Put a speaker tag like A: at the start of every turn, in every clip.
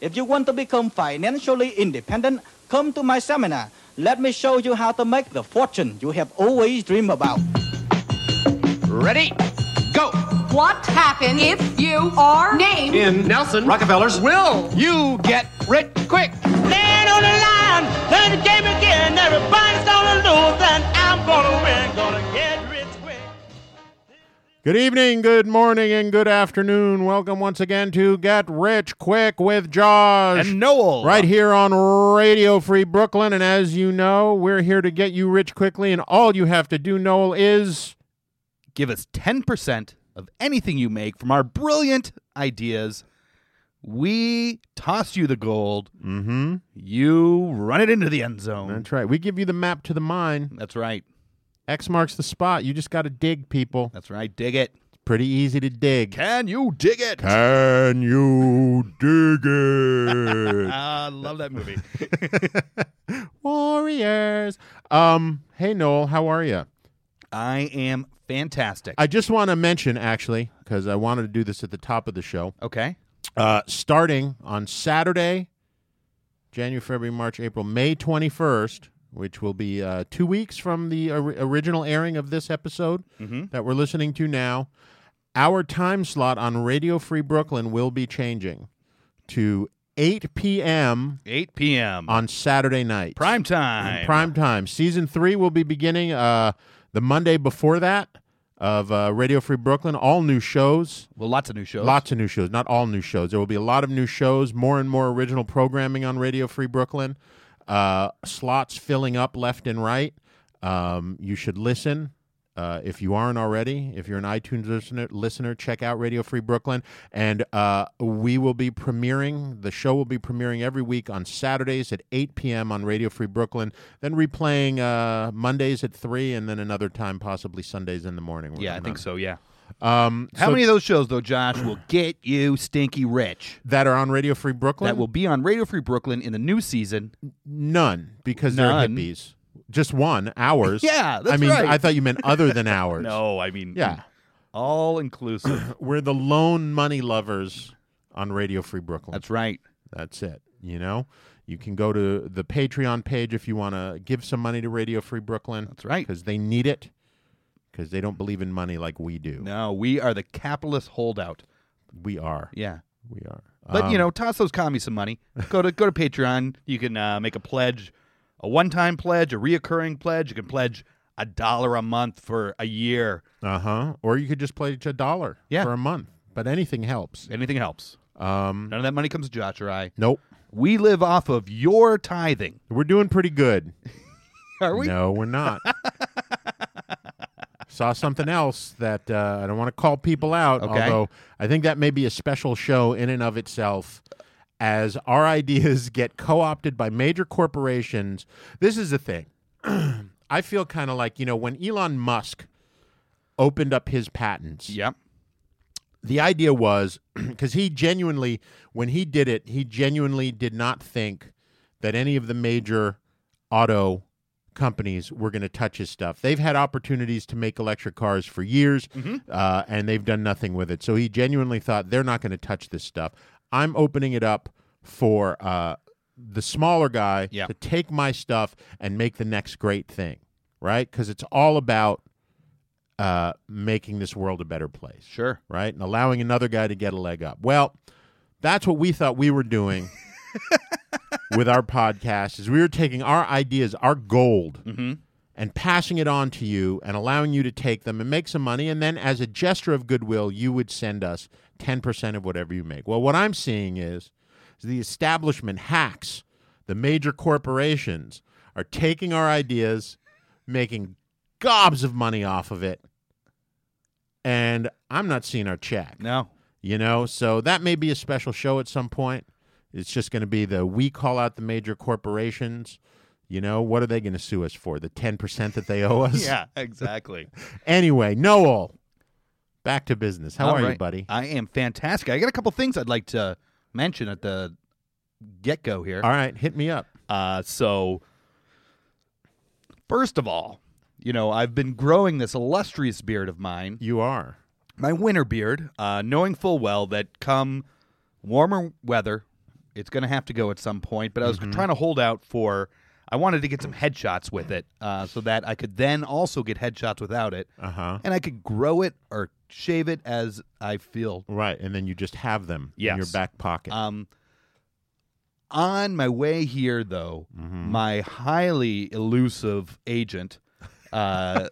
A: If you want to become financially independent, come to my seminar. Let me show you how to make the fortune you have always dreamed about.
B: Ready? Go!
C: What happens if you are named
B: In Nelson Rockefeller's will, you get rich quick.
D: Land on the line, play the game again. Everybody's gonna lose, and I'm gonna win. Gonna get rich quick.
E: Good evening, good morning, and good afternoon. Welcome once again to Get Rich Quick with Josh.
F: and Noel.
E: Right here on Radio Free Brooklyn. And as you know, we're here to get you rich quickly. And all you have to do, Noel, is
F: Give us 10% of anything you make from our brilliant ideas. We toss you the gold. Mm-hmm. You run it into the end zone.
E: that's right. We give you the map to the mine.
F: That's right.
E: X marks the spot. You just got to dig, people.
F: That's right. Dig it.
E: It's pretty easy to dig.
F: Can you dig it?
E: Can you dig it?
F: Ah, love that movie.
E: Warriors. Um, hey Noel, how are you?
F: I am fantastic.
E: I just want to mention actually because I wanted to do this at the top of the show.
F: okay.
E: Uh, starting on Saturday, January, February, March, April, May 21st, which will be uh, two weeks from the or- original airing of this episode
F: Mm-hmm.
E: that we're listening to now, our time slot on Radio Free Brooklyn will be changing to 8 p.m.
F: 8 p.m.
E: on Saturday night.
F: prime
E: Uh, In
F: time.
E: prime time. Season three will be beginning uh, the Monday before that of uh, Radio Free Brooklyn. All new shows.
F: well, lots of new shows.
E: Lots of new shows, not all new shows. There will be a lot of new shows, more and more original programming on Radio Free Brooklyn. Uh, slots filling up left and right. Um, you should listen uh, if you aren't already. If you're an iTunes listener, listener, check out Radio Free Brooklyn, and uh, we will be premiering. The show will be premiering every week on Saturdays at 8 p.m. on Radio Free Brooklyn, then replaying uh, Mondays at three, and then another time possibly Sundays in the morning. We're
F: Yeah, I
E: gonna-
F: think so. Yeah.
E: Um,
F: How
E: so-
F: many of those shows, though, Josh, will get you stinky rich?
E: that are on Radio Free Brooklyn?
F: That will be on Radio Free Brooklyn in the new season.
E: None, because they're
F: None.
E: hippies. Just one, ours.
F: Yeah, that's
E: I mean,
F: right.
E: I thought you meant other than ours.
F: No, I mean,
E: Yeah.
F: all inclusive.
E: We're the lone money lovers on Radio Free Brooklyn.
F: That's right.
E: That's it. You know, you can go to the Patreon page if you want to give some money to Radio Free Brooklyn.
F: That's right.
E: Because they need it, because they don't believe in money like we do.
F: No, we are the capitalist holdout.
E: We are.
F: Yeah.
E: We are.
F: But
E: Um,
F: you know, toss those commies some money. Go to go to Patreon. You can uh, make a pledge, a one-time pledge, a reoccurring pledge. You can pledge a dollar a month for a year.
E: Uh huh. Or you could just play it to a dollar
F: Yeah.
E: for a month. But anything helps.
F: Anything helps.
E: Um,
F: None of that money comes to Josh or I.
E: nope.
F: We live off of your tithing.
E: We're doing pretty good.
F: Are we?
E: No, we're not. Saw something else that uh, I don't want to call people out,
F: Okay.
E: although I think that may be a special show in and of itself. As our ideas get co opted by major corporations, this is the thing. I feel kind of like, you know, when Elon Musk opened up his patents,
F: Yep.
E: the idea was because he genuinely when he did it he genuinely did not think that any of the major auto companies were going to touch his stuff they've had opportunities to make electric cars for years uh, and they've done nothing with it so he genuinely thought they're not going to touch this stuff i'm opening it up for uh, the smaller guy
F: Yeah.
E: to take my stuff and make the next great thing right because it's all about uh, making this world a better place
F: Sure.
E: right? And allowing another guy to get a leg up. Well, that's what we thought we were doing with our podcast is we were taking our ideas, our gold, and passing it on to you and allowing you to take them and make some money and then as a gesture of goodwill, you would send us 10% of whatever you make. Well, what I'm seeing is, is the establishment hacks, the major corporations are taking our ideas, making gobs of money off of it. And I'm not seeing our check
F: No.
E: you know so that may be a special show at some point it's just going to be the we call out the major corporations you know what are they going to sue us for the 10% that they owe us
F: Yeah. Exactly.
E: anyway noel back to business how
F: All
E: are you
F: right. Uh,
E: buddy
F: I am fantastic. I got a couple things I'd like to mention at the get go here.
E: all right hit me up
F: Uh, so, first of all, you know, I've been growing this illustrious beard of mine,
E: you are
F: my winter beard, uh, knowing full well that come warmer weather, It's going to have to go at some point, but I was trying to hold out for. I wanted to get some headshots with it, uh, so that I could then also get headshots without it,
E: Uh-huh.
F: and I could grow it or shave it as I feel.
E: Right, and then you just have them in your
F: Yes.
E: back pocket.
F: Um, on my way here, though, my highly elusive agent uh,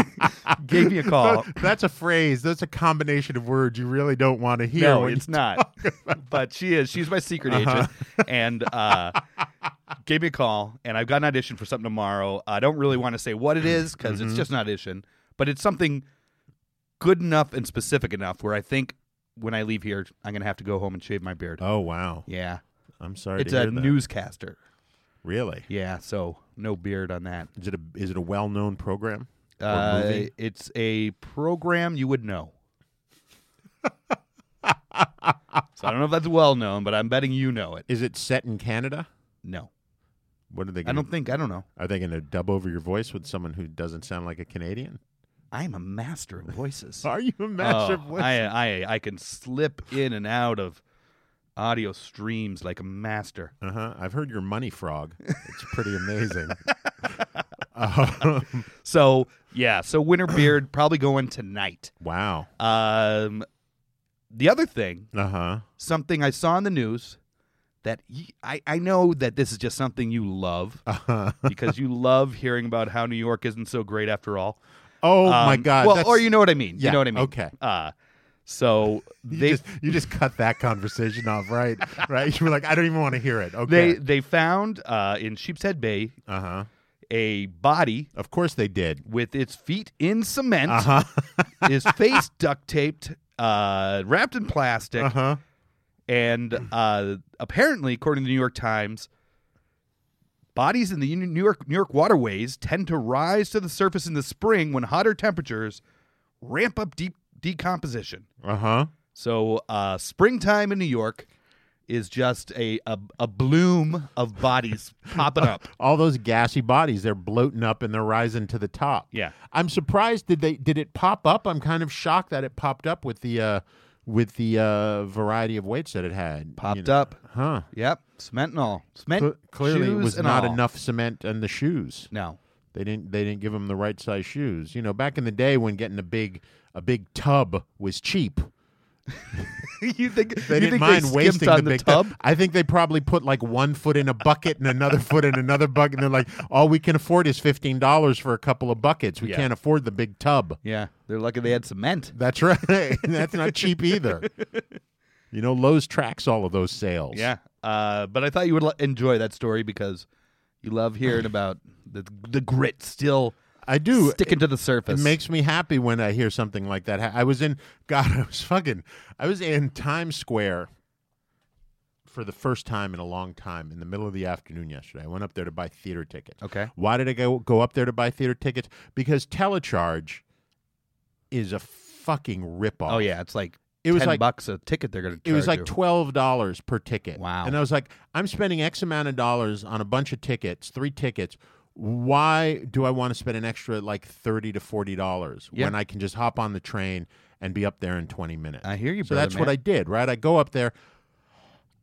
F: gave me a call.
E: that's a phrase. That's a combination of words you really don't want to hear.
F: No,
E: when
F: it's
E: you-
F: not. But she is. She's my secret
E: Uh-huh.
F: agent, and uh, gave me a call. And I've got an audition for something tomorrow. I don't really want to say what it is because
E: Mm-hmm.
F: it's just an audition, but it's something good enough and specific enough where I think when I leave here, I'm gonna have to go home and shave my beard.
E: Oh wow.
F: Yeah,
E: I'm sorry.
F: it's
E: to
F: a
E: hear that.
F: newscaster.
E: Really?
F: Yeah, so no beard on that.
E: Is it a is it a well known program? Or
F: Uh,
E: movie?
F: it's a program you would know. so I don't know if that's well known, but I'm betting you know it.
E: Is it set in Canada?
F: No,
E: What are they?
F: I
E: Gonna,
F: don't think. I don't know.
E: Are they going to dub over your voice with someone who doesn't sound like a Canadian?
F: I am a master of voices.
E: Are you a
F: Oh,
E: master? of voice?
F: I, I I can slip in and out of audio streams like a master.
E: Uh huh. I've heard your money frog. It's pretty amazing. Um,
F: So yeah, so winter beard probably going tonight.
E: wow.
F: Um, the other thing
E: Uh huh.
F: something I saw in the news that y I I I know that this is just something you love because you love hearing about how New York isn't so great after all.
E: Oh my
F: Um,
E: God.
F: Well,
E: that's-
F: or you know what I mean.
E: Yeah,
F: you know what I mean.
E: okay.
F: Uh, so
E: you
F: they
E: just, you just cut that conversation off, right? Right. You were like, I don't even want to hear it.
F: they
E: Okay.
F: they found uh, in Sheepshead Bay
E: Uh huh.
F: a body
E: Of course they did.
F: with its feet in cement,
E: Uh huh.
F: his face duct taped, uh, wrapped in plastic,
E: Uh huh.
F: and uh, apparently, according to the New York Times, bodies in the New York New York waterways tend to rise to the surface in the spring when hotter temperatures ramp up deep decomposition.
E: Uh huh.
F: So, uh, springtime in New York is just a a, a bloom of bodies popping up.
E: all those gassy bodies they're bloating up and they're rising to the top
F: Yeah.
E: i'm surprised did they did it pop up i'm kind of shocked that it popped up with the uh with the uh variety of weights that it had you
F: Popped
E: know.
F: up.
E: huh
F: Yep, cement and all. Cement.
E: Cl- clearly it
F: shoes
E: was
F: and
E: not
F: all.
E: enough cement in the shoes
F: No.
E: they didn't they didn't give them the right size shoes you know back in the day when getting a big a big tub was cheap
F: you think
E: they
F: you
E: didn't
F: think
E: mind
F: skimped
E: wasting
F: on
E: the, big tub. I think they probably put like one foot in a bucket and another foot in another bucket, and they're like, "All we can afford is fifteen dollars for a couple of buckets. We
F: Yeah.
E: can't afford the big tub."
F: Yeah, they're lucky they had cement.
E: That's right. That's not cheap either. You know, Lowe's tracks all of those sales.
F: Yeah, uh, but I thought you would l- enjoy that story because you love hearing about the the grit still
E: I do.
F: sticking to the surface.
E: It makes me happy when I hear something like that. ha- I was in God, I was fucking I was in Times Square for the first time in a long time in the middle of the afternoon yesterday. I went up there to buy theater tickets.
F: Okay.
E: Why did I go go up there to buy theater tickets? Because telecharge is a fucking ripoff.
F: oh yeah, it's like
E: It was
F: 10
E: like-
F: bucks a ticket. They're gonna.
E: It was
F: charge
E: like
F: you.
E: twelve dollars per ticket.
F: Wow.
E: And I was like, I'm spending X amount of dollars on a bunch of tickets, three tickets. Why do I want to spend an extra like thirty to forty dollars
F: Yeah.
E: when I can just hop on the train and be up there in twenty minutes?
F: I hear you,
E: So
F: brother,
E: that's what
F: man.
E: I did, right? I go up there,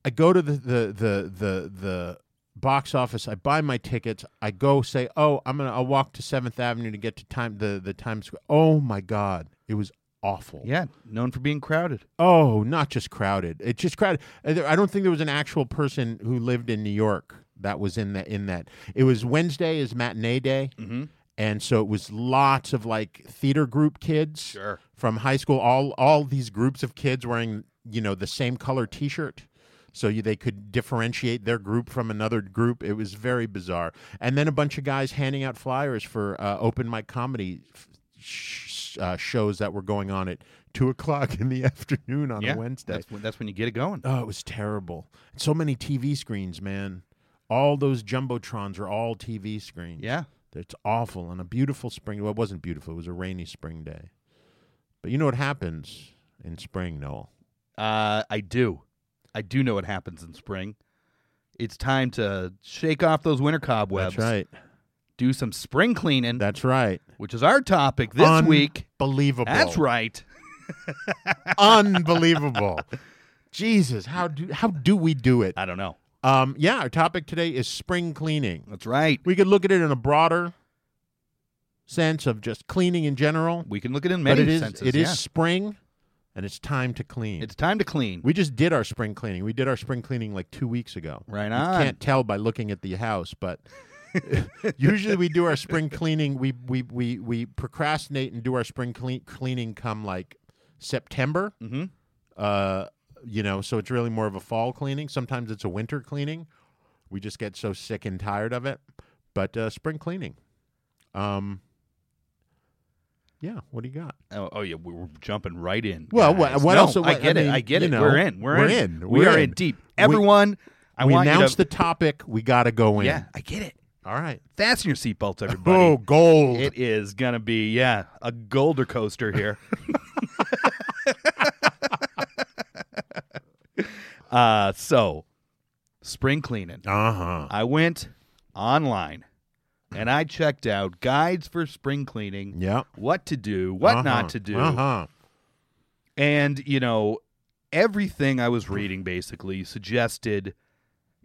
E: I go to the the the the the box office. I buy my tickets. I go say, "Oh, I'm gonna I'll walk to Seventh Avenue to get to time the the Times Square." Oh my God, it was awful.
F: yeah, known for being crowded.
E: Oh, not just crowded. It's just crowded. Uh, there- I don't think there was an actual person who lived in New York that was in that. In that, it was Wednesday is matinee day, and so it was lots of like theater group kids
F: Sure.
E: from high school. All all these groups of kids wearing you know the same color T-shirt. So you, they could differentiate their group from another group. It was very bizarre. And then a bunch of guys handing out flyers for uh, open mic comedy f- sh- uh, shows that were going on at two o'clock in the afternoon on
F: yeah,
E: a Wednesday.
F: That's when, that's when you get it going.
E: Oh, it was terrible. So many TV screens, man. All those jumbotrons are all TV screens.
F: Yeah.
E: it's awful on a beautiful spring. Well, it wasn't beautiful. It was a rainy spring day. But you know what happens in spring, Noel?
F: Uh, I do, I do know what happens in spring. It's time to shake off those winter cobwebs.
E: That's right.
F: Do some spring cleaning,
E: That's right.
F: which is our topic this week.
E: Unbelievable.
F: That's right.
E: Unbelievable. Jesus, how do how do we do it?
F: I don't know.
E: Um, yeah, our topic today is spring cleaning.
F: That's right.
E: We could look at it in a broader sense of just cleaning in general,
F: We can look at it in
E: but
F: many
E: it is
F: senses.
E: it is
F: yeah.
E: spring, and it's time to clean.
F: It's time to clean.
E: we just did our spring cleaning. We did our spring cleaning like two weeks ago.
F: Right
E: You
F: on.
E: can't tell by looking at the house, but usually we do our spring cleaning. We we we we procrastinate and do our spring clean, cleaning come like September. Mm-hmm. Uh, you know, so it's really more of a fall cleaning. Sometimes it's a winter cleaning. We just get so sick and tired of it. But uh, spring cleaning. Um. Yeah, what do you got?
F: oh, oh, yeah, we- we're jumping right in.
E: Well,
F: guys.
E: what- what
F: No,
E: else-
F: I
E: what-
F: get
E: I
F: it. I
E: mean,
F: get
E: you
F: it.
E: know,
F: we're in. We're,
E: we're
F: in.
E: in.
F: We
E: We're
F: are
E: in.
F: in deep.
E: We-
F: Everyone, I
E: we
F: want you
E: announced
F: to.
E: the topic. We got to go in.
F: yeah, I get it.
E: All right.
F: That's in your seatbelts, everybody.
E: Oh, gold.
F: It is gonna be yeah a golder coaster here. uh, so spring cleaning.
E: Uh huh.
F: I went online and I checked out guides for spring cleaning.
E: Yep.
F: What to do, what
E: Uh-huh.
F: not to do,
E: Uh-huh.
F: and you know everything I was reading basically suggested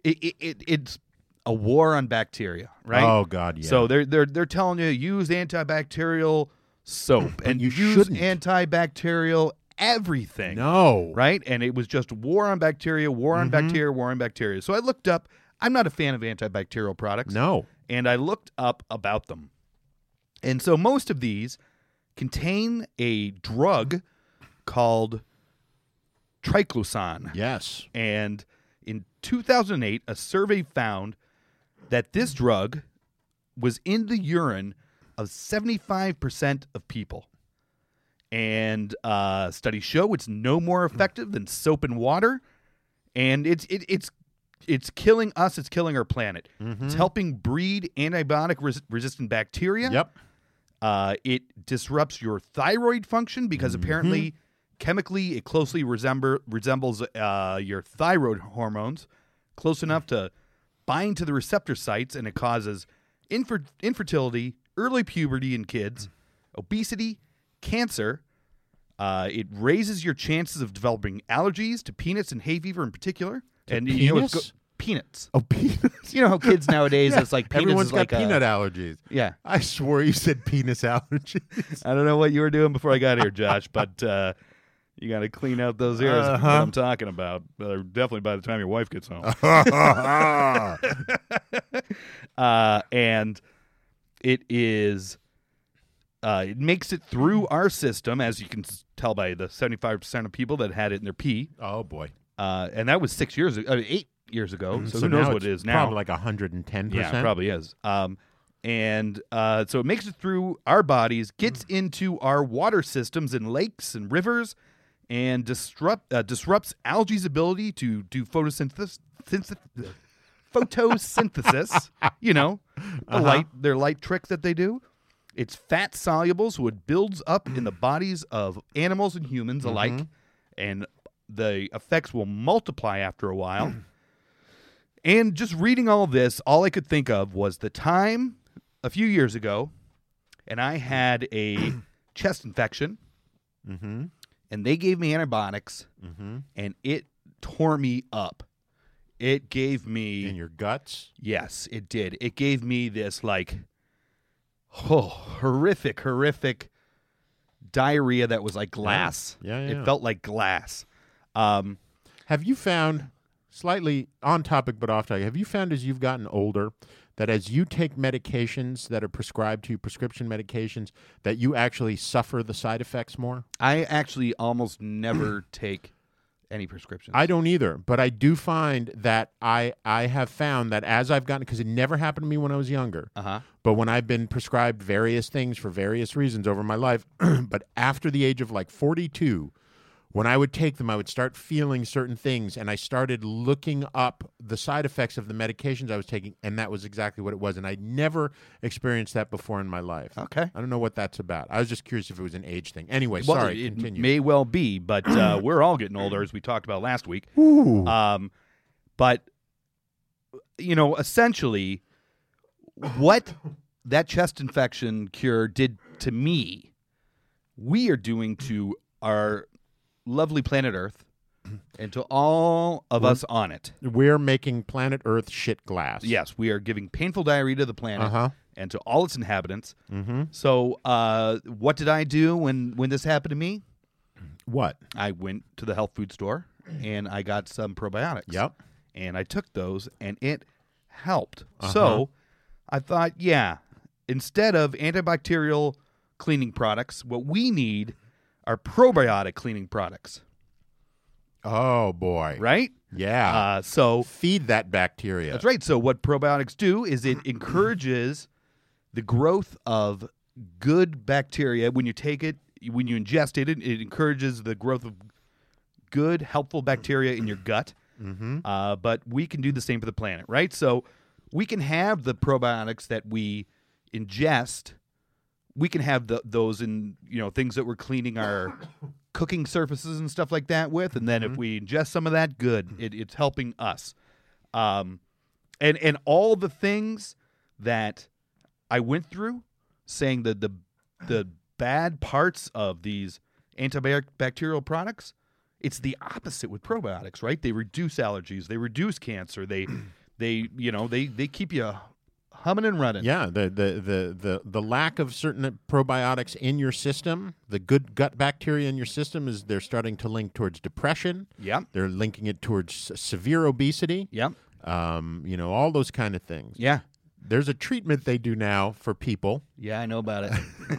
F: it, it, it it's a war on bacteria, right?
E: Oh, God, yeah.
F: So they're they're they're telling you use antibacterial soap and
E: you
F: use
E: shouldn't.
F: antibacterial everything.
E: No. Mm-hmm.
F: Right? And it was just war on bacteria, war on bacteria, war on bacteria. So I looked up I'm not a fan of antibacterial products
E: No.
F: and I looked up about them. And so most of these contain a drug called triclosan.
E: Yes.
F: And in 2008, a survey found that this drug was in the urine of 75% of people. And uh, studies show it's no more effective than soap and water. And it's it, it's it's killing us. It's killing our planet. It's helping breed antibiotic res- resistant bacteria.
E: Yep.
F: Uh, it disrupts your thyroid function because apparently, chemically, it closely resemble, resembles uh, your thyroid hormones, close enough to bind to the receptor sites, and it causes infer- infertility, early puberty in kids, obesity, cancer. Uh, it raises your chances of developing allergies to peanuts and hay fever in particular. and you know, it's
E: penis?
F: peanuts.
E: Oh, peanuts.
F: You know how kids nowadays,
E: Yeah.
F: it's like peanuts
E: Everyone's
F: is
E: got
F: like a-
E: peanut allergies.
F: yeah.
E: I swore you said penis allergies.
F: I don't know what you were doing before I got here, Josh, but uh, you got to clean out those ears. is What
E: Uh-huh.
F: I'm talking about, Uh, definitely by the time your wife gets home.
E: Uh-huh.
F: uh, and it is, uh, it makes it through our system, as you can s- tell by the 75 percent of people that had it in their pee,
E: oh boy.
F: uh, and that was six years, ago, uh, eight years ago. So, who
E: Mm-hmm. now
F: knows what
E: it's
F: it is now?
E: Probably like hundred and ten
F: Yeah,
E: percent.
F: it probably is. Um, and uh, so it makes it through our bodies, gets
E: Mm.
F: into our water systems and lakes and rivers, and disrupt uh, disrupts algae's ability to do photosynthesis. synth- photosynthesis, you know, the
E: Uh-huh.
F: light their light trick that they do. It's fat soluble, so it builds up in the bodies of animals and humans alike,
E: Mm-hmm.
F: and the effects will multiply after a while. And just reading all this, all I could think of was the time a few years ago, and I had a chest infection,
E: Mm-hmm.
F: and they gave me antibiotics, and it tore me up. It gave me
E: In your guts.
F: yes, it did. It gave me this like oh horrific, horrific diarrhea that was like glass.
E: Yeah, yeah,
F: it
E: yeah.
F: felt like glass. Um,
E: Have you found slightly on topic but off topic? Have you found as you've gotten older that as you take medications that are prescribed to you, prescription medications, that you actually suffer the side effects more?
F: I actually almost never take any prescriptions.
E: I don't either, but I do find that I I have found that as I've gotten because it never happened to me when I was younger.
F: Uh-huh.
E: But when I've been prescribed various things for various reasons over my life, but after the age of like 42, when I would take them, I would start feeling certain things and I started looking up the side effects of the medications I was taking and that was exactly what it was and I never experienced that before in my life.
F: Okay.
E: I don't know what that's about. I was just curious if it was an age thing. Anyway,
F: Well,
E: sorry,
F: it
E: continue.
F: may well be, but uh, we're all getting older, as we talked about last week.
E: Ooh.
F: Um, but you know, essentially, what that chest infection cure did to me, we are doing to our lovely planet Earth, and to all of us on it.
E: We're making planet Earth shit glass.
F: Yes, we are giving painful diarrhea to the planet
E: Uh-huh.
F: and to all its inhabitants. Mm-hmm. So, uh, what did I do when when this happened to me?
E: What?
F: I went to the health food store and I got some probiotics.
E: Yep.
F: And I took those and it helped.
E: Uh-huh.
F: So I thought, yeah, instead of antibacterial cleaning products, what we need are probiotic cleaning products,
E: Oh boy.
F: right?
E: Yeah.
F: Uh, so
E: Feed that bacteria.
F: that's right. So what probiotics do is it encourages the growth of good bacteria. When you take it, when you ingest it, it, it encourages the growth of good, helpful bacteria in your gut. Mm-hmm. Uh, but we can do the same for the planet, right? So we can have the probiotics that we ingest. We can have the, those in you know things that we're cleaning our cooking surfaces and stuff like that with, and then if we ingest some of that, good. It, it's helping us um, and and all the things that I went through, saying that the the bad parts of these antibacterial products, it's the opposite with probiotics, right? They reduce allergies, they reduce cancer, they they you know they they keep you humming and running.
E: Yeah, the, the, the, the, the lack of certain probiotics in your system, the good gut bacteria in your system is they're starting to link towards depression.
F: Yep.
E: They're linking it towards s- severe obesity.
F: Yep.
E: Um, you know, all those kind of things.
F: Yeah.
E: There's a treatment they do now for people
F: Yeah, I know about it.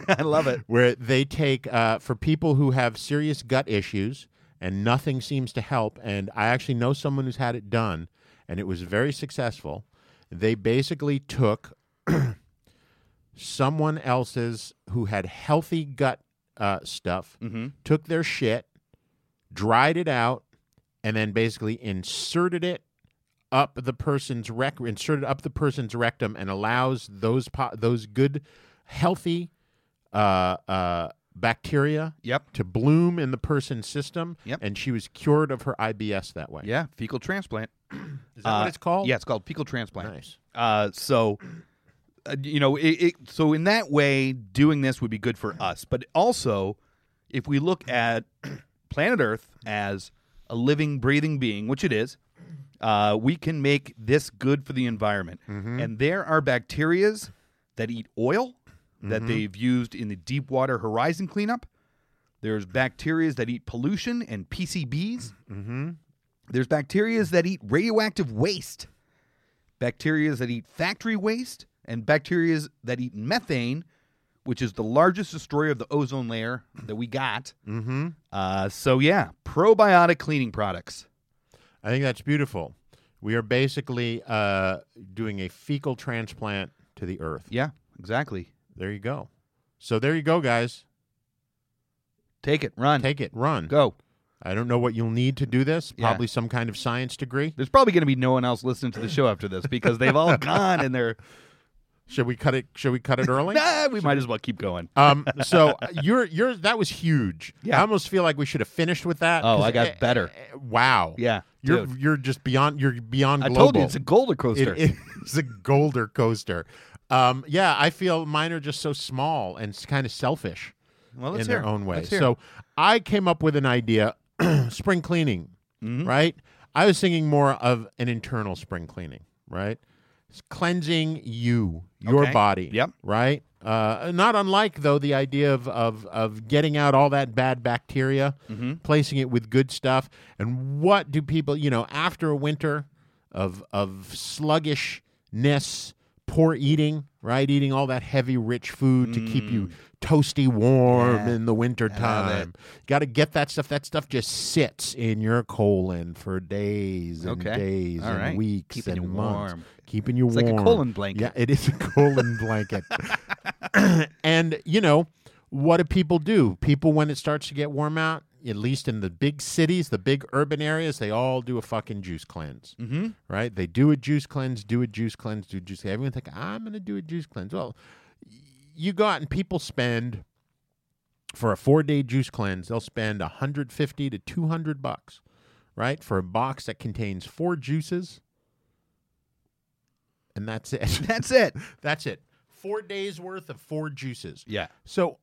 F: I love it.
E: where they take uh, for people who have serious gut issues and nothing seems to help. And I actually know someone who's had it done, and it was very successful. They basically took someone else's who had healthy gut uh, stuff,
F: Mm-hmm.
E: took their shit, dried it out, and then basically inserted it up the person's rec- inserted up the person's rectum, and allows those po- those good, healthy uh, uh, bacteria
F: Yep.
E: to bloom in the person's system.
F: Yep.
E: And she was cured of her IBS that way.
F: Yeah, fecal transplant.
E: Is that
F: Uh,
E: what it's called?
F: Yeah, it's called fecal transplant.
E: Nice.
F: Uh, so, uh, you know, it, it, so in that way, doing this would be good for us. But also, if we look at planet Earth as a living, breathing being, which it is, uh, we can make this good for the environment. And there are bacterias that eat oil that they've used in the Deepwater Horizon cleanup. There's bacterias that eat pollution and PCBs. There's bacterias that eat radioactive waste, bacterias that eat factory waste, and bacterias that eat methane, which is the largest destroyer of the ozone layer that we got. Mm-hmm. Uh, so yeah, probiotic cleaning products.
E: I think that's beautiful. We are basically uh, doing a fecal transplant to the earth.
F: Yeah, exactly.
E: There you go. So there you go, guys.
F: Take it, run,
E: Take it, run.
F: go.
E: I don't know what you'll need to do this.
F: Yeah.
E: Probably some kind of science degree.
F: There's probably going to be no one else listening to the show after this because they've all gone and they're.
E: Should we cut it? Should we cut it early?
F: Nah, we might as well keep going.
E: Um, so you're you're that was huge.
F: Yeah.
E: I almost feel like we should have finished with that.
F: Oh,
E: 'cause
F: I got
E: eh,
F: better.
E: eh, Wow.
F: Yeah,
E: You're
F: dude.
E: you're just beyond you're beyond
F: I
E: global.
F: told you it's a golder coaster.
E: It is a golder coaster. Um, yeah, I feel mine are just so small and kind of selfish
F: well, Oh, let's
E: in
F: hear
E: their
F: it.
E: own way.
F: Let's hear it.
E: So I came up with an idea: spring cleaning,
F: Mm-hmm.
E: right? I was thinking more of an internal spring cleaning, right? It's cleansing you, your
F: Okay.
E: body,
F: Yep.
E: right? Uh, not unlike though the idea of of of getting out all that bad bacteria,
F: Mm-hmm.
E: placing it with good stuff. And what do people, you know, after a winter of of sluggishness, poor eating, right? Eating all that heavy, rich food to keep
F: Mm.
E: you toasty warm in the winter time. Got to get that stuff. That stuff just sits in your colon for days and
F: Okay.
E: days
F: All
E: and
F: right.
E: weeks
F: Keeping
E: and
F: you
E: months.
F: warm.
E: Keeping you
F: It's like
E: warm.
F: a colon blanket.
E: Yeah, it is a colon blanket. and you know what do people do people when it starts to get warm out at least in the big cities the big urban areas they all do a fucking juice cleanse mm-hmm. right they do a juice cleanse do a juice cleanse do a juice cleanse. everyone think "Ah, i'm going to do a juice cleanse well y- you go out and people spend for a four day juice cleanse they'll spend 150 to 200 bucks right for a box that contains four juices and that's it
F: That's it.
E: that's it. Four days worth of four juices.
F: Yeah.
E: So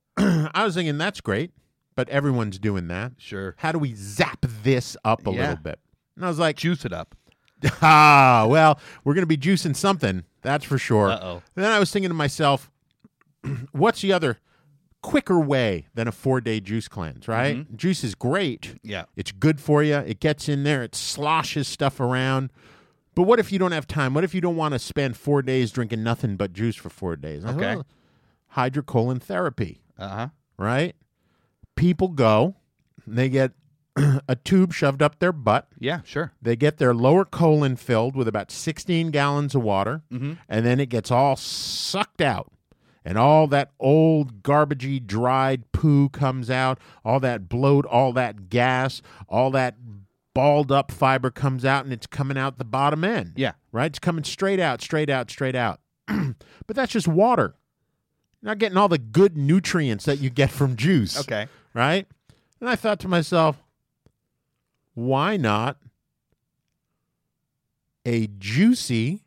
E: I was thinking that's great. but everyone's doing that.
F: Sure.
E: How do we zap this up a
F: Yeah.
E: little bit? And I was like,
F: Juice it up.
E: ah, well, we're going to be juicing something. That's for sure.
F: Uh-oh.
E: Then I was thinking to myself, what's the other quicker way than a four day juice cleanse, right?
F: Mm-hmm.
E: Juice is great.
F: Yeah.
E: It's good for you. It gets in there, it sloshes stuff around. But what if you don't have time? What if you don't want to spend four days drinking nothing but juice for four days? I thought,
F: Okay.
E: well, hydrocolon therapy
F: Uh huh.
E: right? People go, and they get a tube shoved up their butt.
F: Yeah, sure.
E: They get their lower colon filled with about 16 gallons of water,
F: Mm-hmm.
E: and then it gets all sucked out. And all that old, garbagey, dried poo comes out. All that bloat, all that gas, all that balled up fiber comes out, and it's coming out the bottom end.
F: Yeah.
E: Right? It's coming straight out, straight out, straight out. but that's just water. You're not getting all the good nutrients that you get from juice
F: Okay.
E: right? And I thought to myself, why not a juicy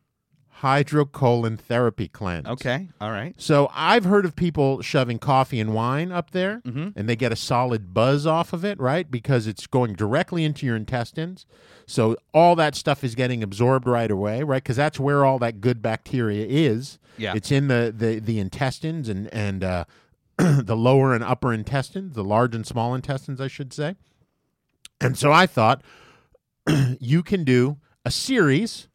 E: hydrocolon therapy cleanse?
F: Okay. All right.
E: So I've heard of people shoving coffee and wine up there
F: Mhm.
E: and they get a solid buzz off of it, right? Because it's going directly into your intestines. So all that stuff is getting absorbed right away, right? Because that's where all that good bacteria is.
F: Yeah.
E: It's in the, the, the intestines and, and uh, the lower and upper intestines, the large and small intestines, I should say. And so I thought you can do a series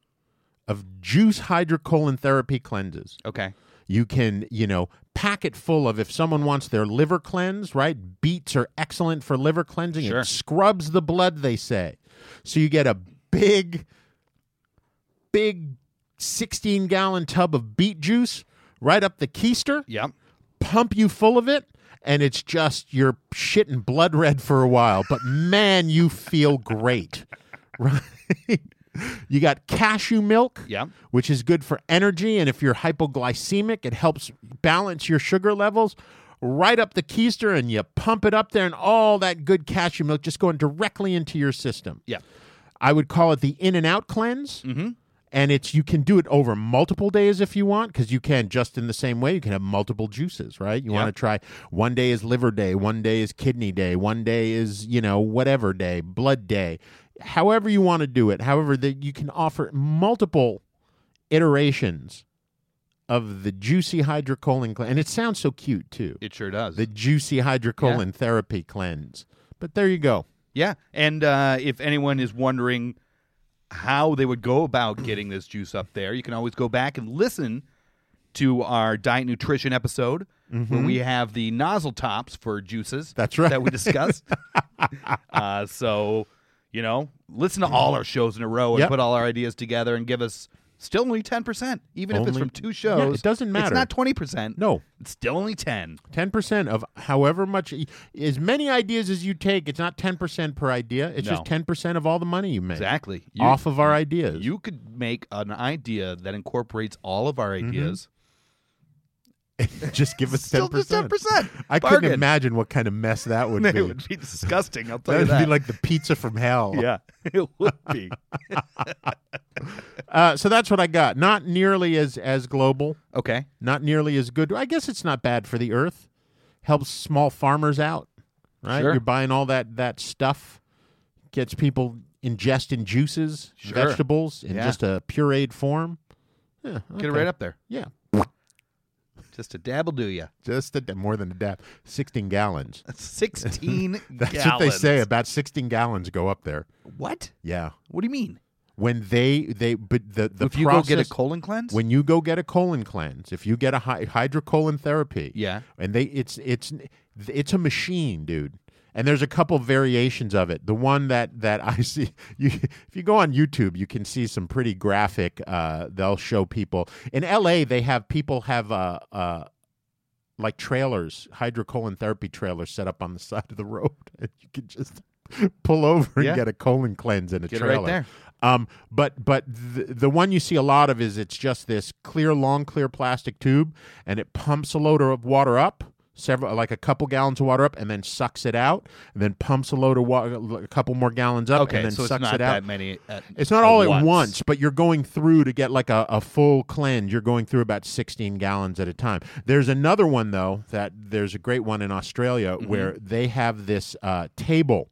E: of juice hydrocolon therapy cleanses.
F: Okay.
E: You can, you know, pack it full of if someone wants their liver cleansed, right? Beets are excellent for liver cleansing.
F: Sure.
E: It scrubs the blood, they say. So you get a big, big 16 gallon tub of beet juice right up the keister,
F: Yep.
E: pump you full of it. And it's just you're shitting blood red for a while, but man, you feel great, right? you got cashew milk,
F: Yep.
E: which is good for energy. And if you're hypoglycemic, it helps balance your sugar levels right up the keister and you pump it up there, and all that good cashew milk just going directly into your system.
F: Yep.
E: I would call it the in and out cleanse. Mm-hmm. And it's you can do it over multiple days if you want, because you can just in the same way you can have multiple juices, right? You want to try one day is liver day, one day is kidney day, one day is you know whatever day, blood day, however you want to do it. However, that you can offer multiple iterations of the juicy hydrocolon cleanse, and it sounds so cute too.
F: It sure does.
E: the juicy hydrocolon therapy cleanse. But there you go.
F: yeah. And uh, if anyone is wondering how they would go about getting this juice up there, you can always go back and listen to our diet nutrition episode where we have the nozzle tops for juices.
E: Mm-hmm. That's right.
F: That we discussed. uh, so, you know, listen to all our shows in a row and
E: Yep.
F: put all our ideas together and give us still only 10%, even if it's
E: Only-
F: from two
E: Yeah,
F: shows.
E: it doesn't matter.
F: It's not 20%.
E: No.
F: It's still only 10.
E: Ten percent of however much, as many ideas as you take, it's not ten percent per idea. It's
F: No.
E: just ten percent of all the money you make
F: Exactly. You-
E: off of our ideas.
F: You could make an idea that incorporates all of our
E: Mm-hmm.
F: ideas.
E: just give us
F: Still
E: ten
F: just
E: percent.
F: 10%.
E: I
F: Bargain.
E: couldn't imagine what kind of mess that would be.
F: It would be disgusting. I'll tell you
E: that would
F: that.
E: be like the pizza from hell.
F: yeah, it would be.
E: Uh, so that's what I got. Not nearly as as global.
F: Okay.
E: Not nearly as good. I guess it's not bad for the earth. Helps small farmers out. Right.
F: Sure.
E: You're buying all that that stuff. Gets people ingesting juices,
F: Sure.
E: vegetables in
F: Yeah.
E: just a pureed form. Yeah,
F: Get it
E: okay.
F: right up there.
E: Yeah,
F: Just a dabble do ya.
E: just a da- more than a dab. Sixteen gallons.
F: 16
E: That's
F: gallons.
E: what they say. About sixteen gallons go up there.
F: What?
E: Yeah,
F: What do you mean?
E: when they they but the the
F: if you
E: process,
F: go get a colon cleanse?
E: when you go get a colon cleanse, if you get a hy- hydrocolon therapy,
F: Yeah.
E: and they it's it's it's a machine, dude. And there's a couple variations of it. The one that that I see, you, if you go on YouTube, you can see some pretty graphic. Uh, they'll show people in LA. They have people have uh, uh, like trailers, hydrocolon therapy trailers set up on the side of the road. You can just pull over and
F: Yeah.
E: get a colon cleanse in a
F: Get it right
E: trailer.
F: there.
E: Um, but but the, the one you see a lot of is it's just this clear, long, clear plastic tube, and it pumps a load of water up several like a couple gallons of water up and then sucks it out and then pumps a load of water a couple more gallons up
F: Okay,
E: and then
F: so it's
E: sucks
F: not
E: it out
F: that many. At,
E: it's not all
F: once.
E: at once, but you're going through to get like a, a full cleanse. You're going through about 16 gallons at a time. There's another one, though, that there's a great one in Australia
F: Mm-hmm.
E: where they have this uh, table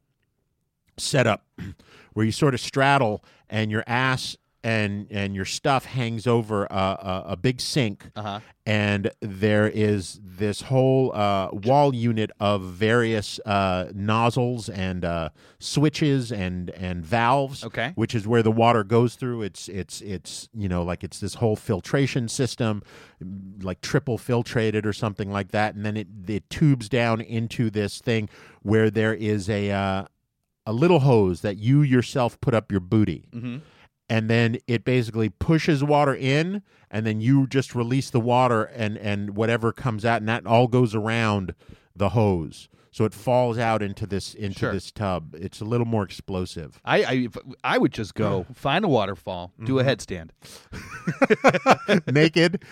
E: set up where you sort of straddle and your ass and and your stuff hangs over a, a, a big sink
F: Uh-huh.
E: and there is this whole uh, wall unit of various uh, nozzles and uh, switches and and valves
F: Okay.
E: which is where the water goes through it's it's it's you know like it's this whole filtration system m- like triple filtrated or something like that and then it it tubes down into this thing where there is a uh, a little hose that you yourself put up your booty. And then it basically pushes water in, and then you just release the water and, and whatever comes out, and that all goes around the hose. So it falls out into this into
F: Sure.
E: this tub. It's a little more explosive.
F: I, I if- I would just go find a waterfall, do
E: Mm-hmm.
F: a headstand.
E: Naked.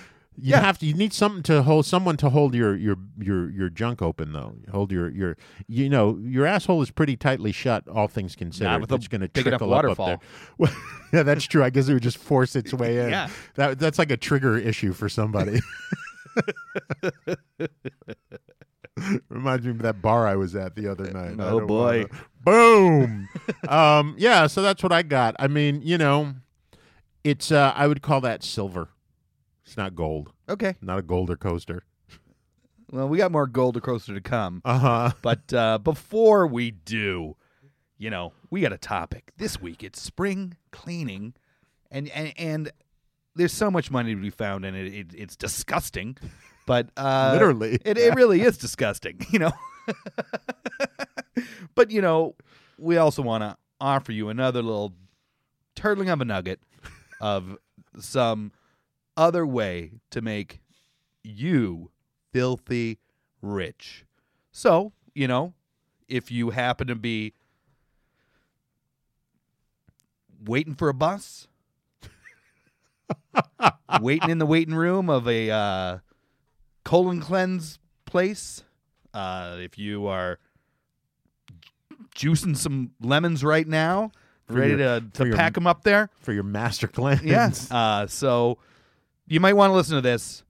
E: You have to. You need something to hold. Someone to hold your your your your junk open though. Hold your your. You know your asshole is pretty tightly shut. All things considered,
F: with a
E: it's going to
F: big enough
E: trickle up, up there.
F: waterfall.
E: Well, yeah, that's true. I guess it would just force its way in.
F: Yeah.
E: That that's like a trigger issue for somebody. Reminds me of that bar I was at the other night. I
F: oh,
E: don't
F: boy.
E: wanna- Boom. um yeah, so that's what I got. I mean, you know, it's uh I would call that silver. It's not gold.
F: Okay.
E: Not a golder coaster.
F: Well, we got more gold coaster to come.
E: Uh-huh.
F: But uh, before we do, you know, we got a topic this week. It's spring cleaning, and and, and there's so much money to be found in it. it it's disgusting, but uh,
E: Literally.
F: it, it really is disgusting. You know, but you know, we also want to offer you another little turtling of a nugget of some other way to make you filthy rich. So, you know, if you happen to be waiting for a bus, waiting in the waiting room of a uh, colon cleanse place, uh, if you are juicing some lemons right now, ready
E: your-
F: to,
E: for
F: to
E: your-
F: pack them up there,
E: For your master cleanse.
F: Yes. Uh, so you might want to listen to this,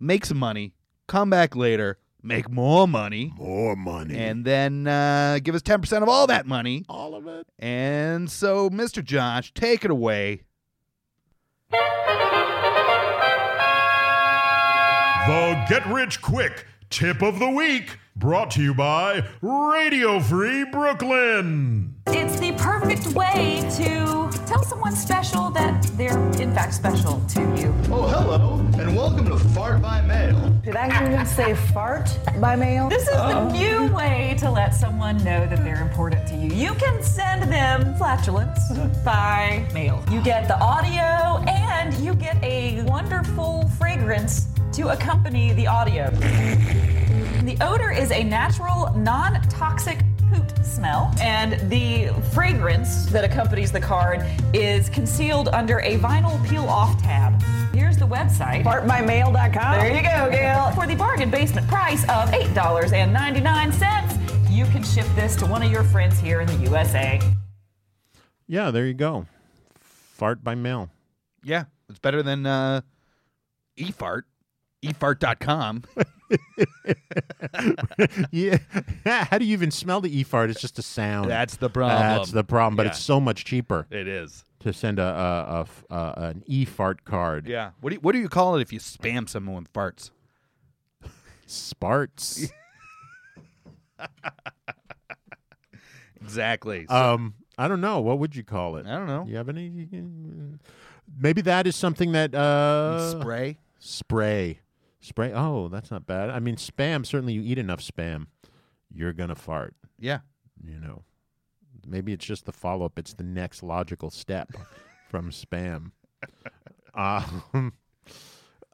F: make some money, come back later, make more money,
E: More money.
F: and then uh, give us 10% of all that money.
E: all of it.
F: And so, Mr. Josh, take it away.
G: The Get Rich Quick Tip of the Week, brought to you by Radio Free Brooklyn.
H: It's the perfect way to tell someone special that they're, in fact, special to you.
B: Oh, hello, and welcome to Fart by Mail.
I: Did I even say fart by mail?
H: This is the new way to let someone know that they're important to you. You can send them flatulence by mail. You get the audio and you get a wonderful fragrance to accompany the audio. The odor is a natural, non toxic poot smell, and the fragrance that accompanies the card is concealed under a vinyl peel off tab. Here's the website.
I: Fartbymail.com.
H: There you go, Gail. For the bargain basement price of $8.99, you can ship this to one of your friends here in the USA.
E: Yeah, there you go. Fart by mail.
F: Yeah, it's better than uh, eFart, E efart.com.
E: yeah. How do you even smell the e fart? It's just a sound.
F: That's the problem.
E: That's the problem. But
F: Yeah.
E: it's so much cheaper
F: it is.
E: to send a, a, a f- a- an e fart card.
F: Yeah. What do, you, what do you call it if you spam someone with farts?
E: Sparts.
F: Exactly. So-
E: um, I don't know. What would you call it?
F: Uh, I don't know.
E: You have any? you can- uh, Maybe that is something that uh,
F: Spray.
E: spray. Spray. Oh, that's not bad. I mean, spam. Certainly, you eat enough spam, you're gonna fart.
F: Yeah.
E: You know. Maybe it's just the follow up. It's the next logical step from spam. Um,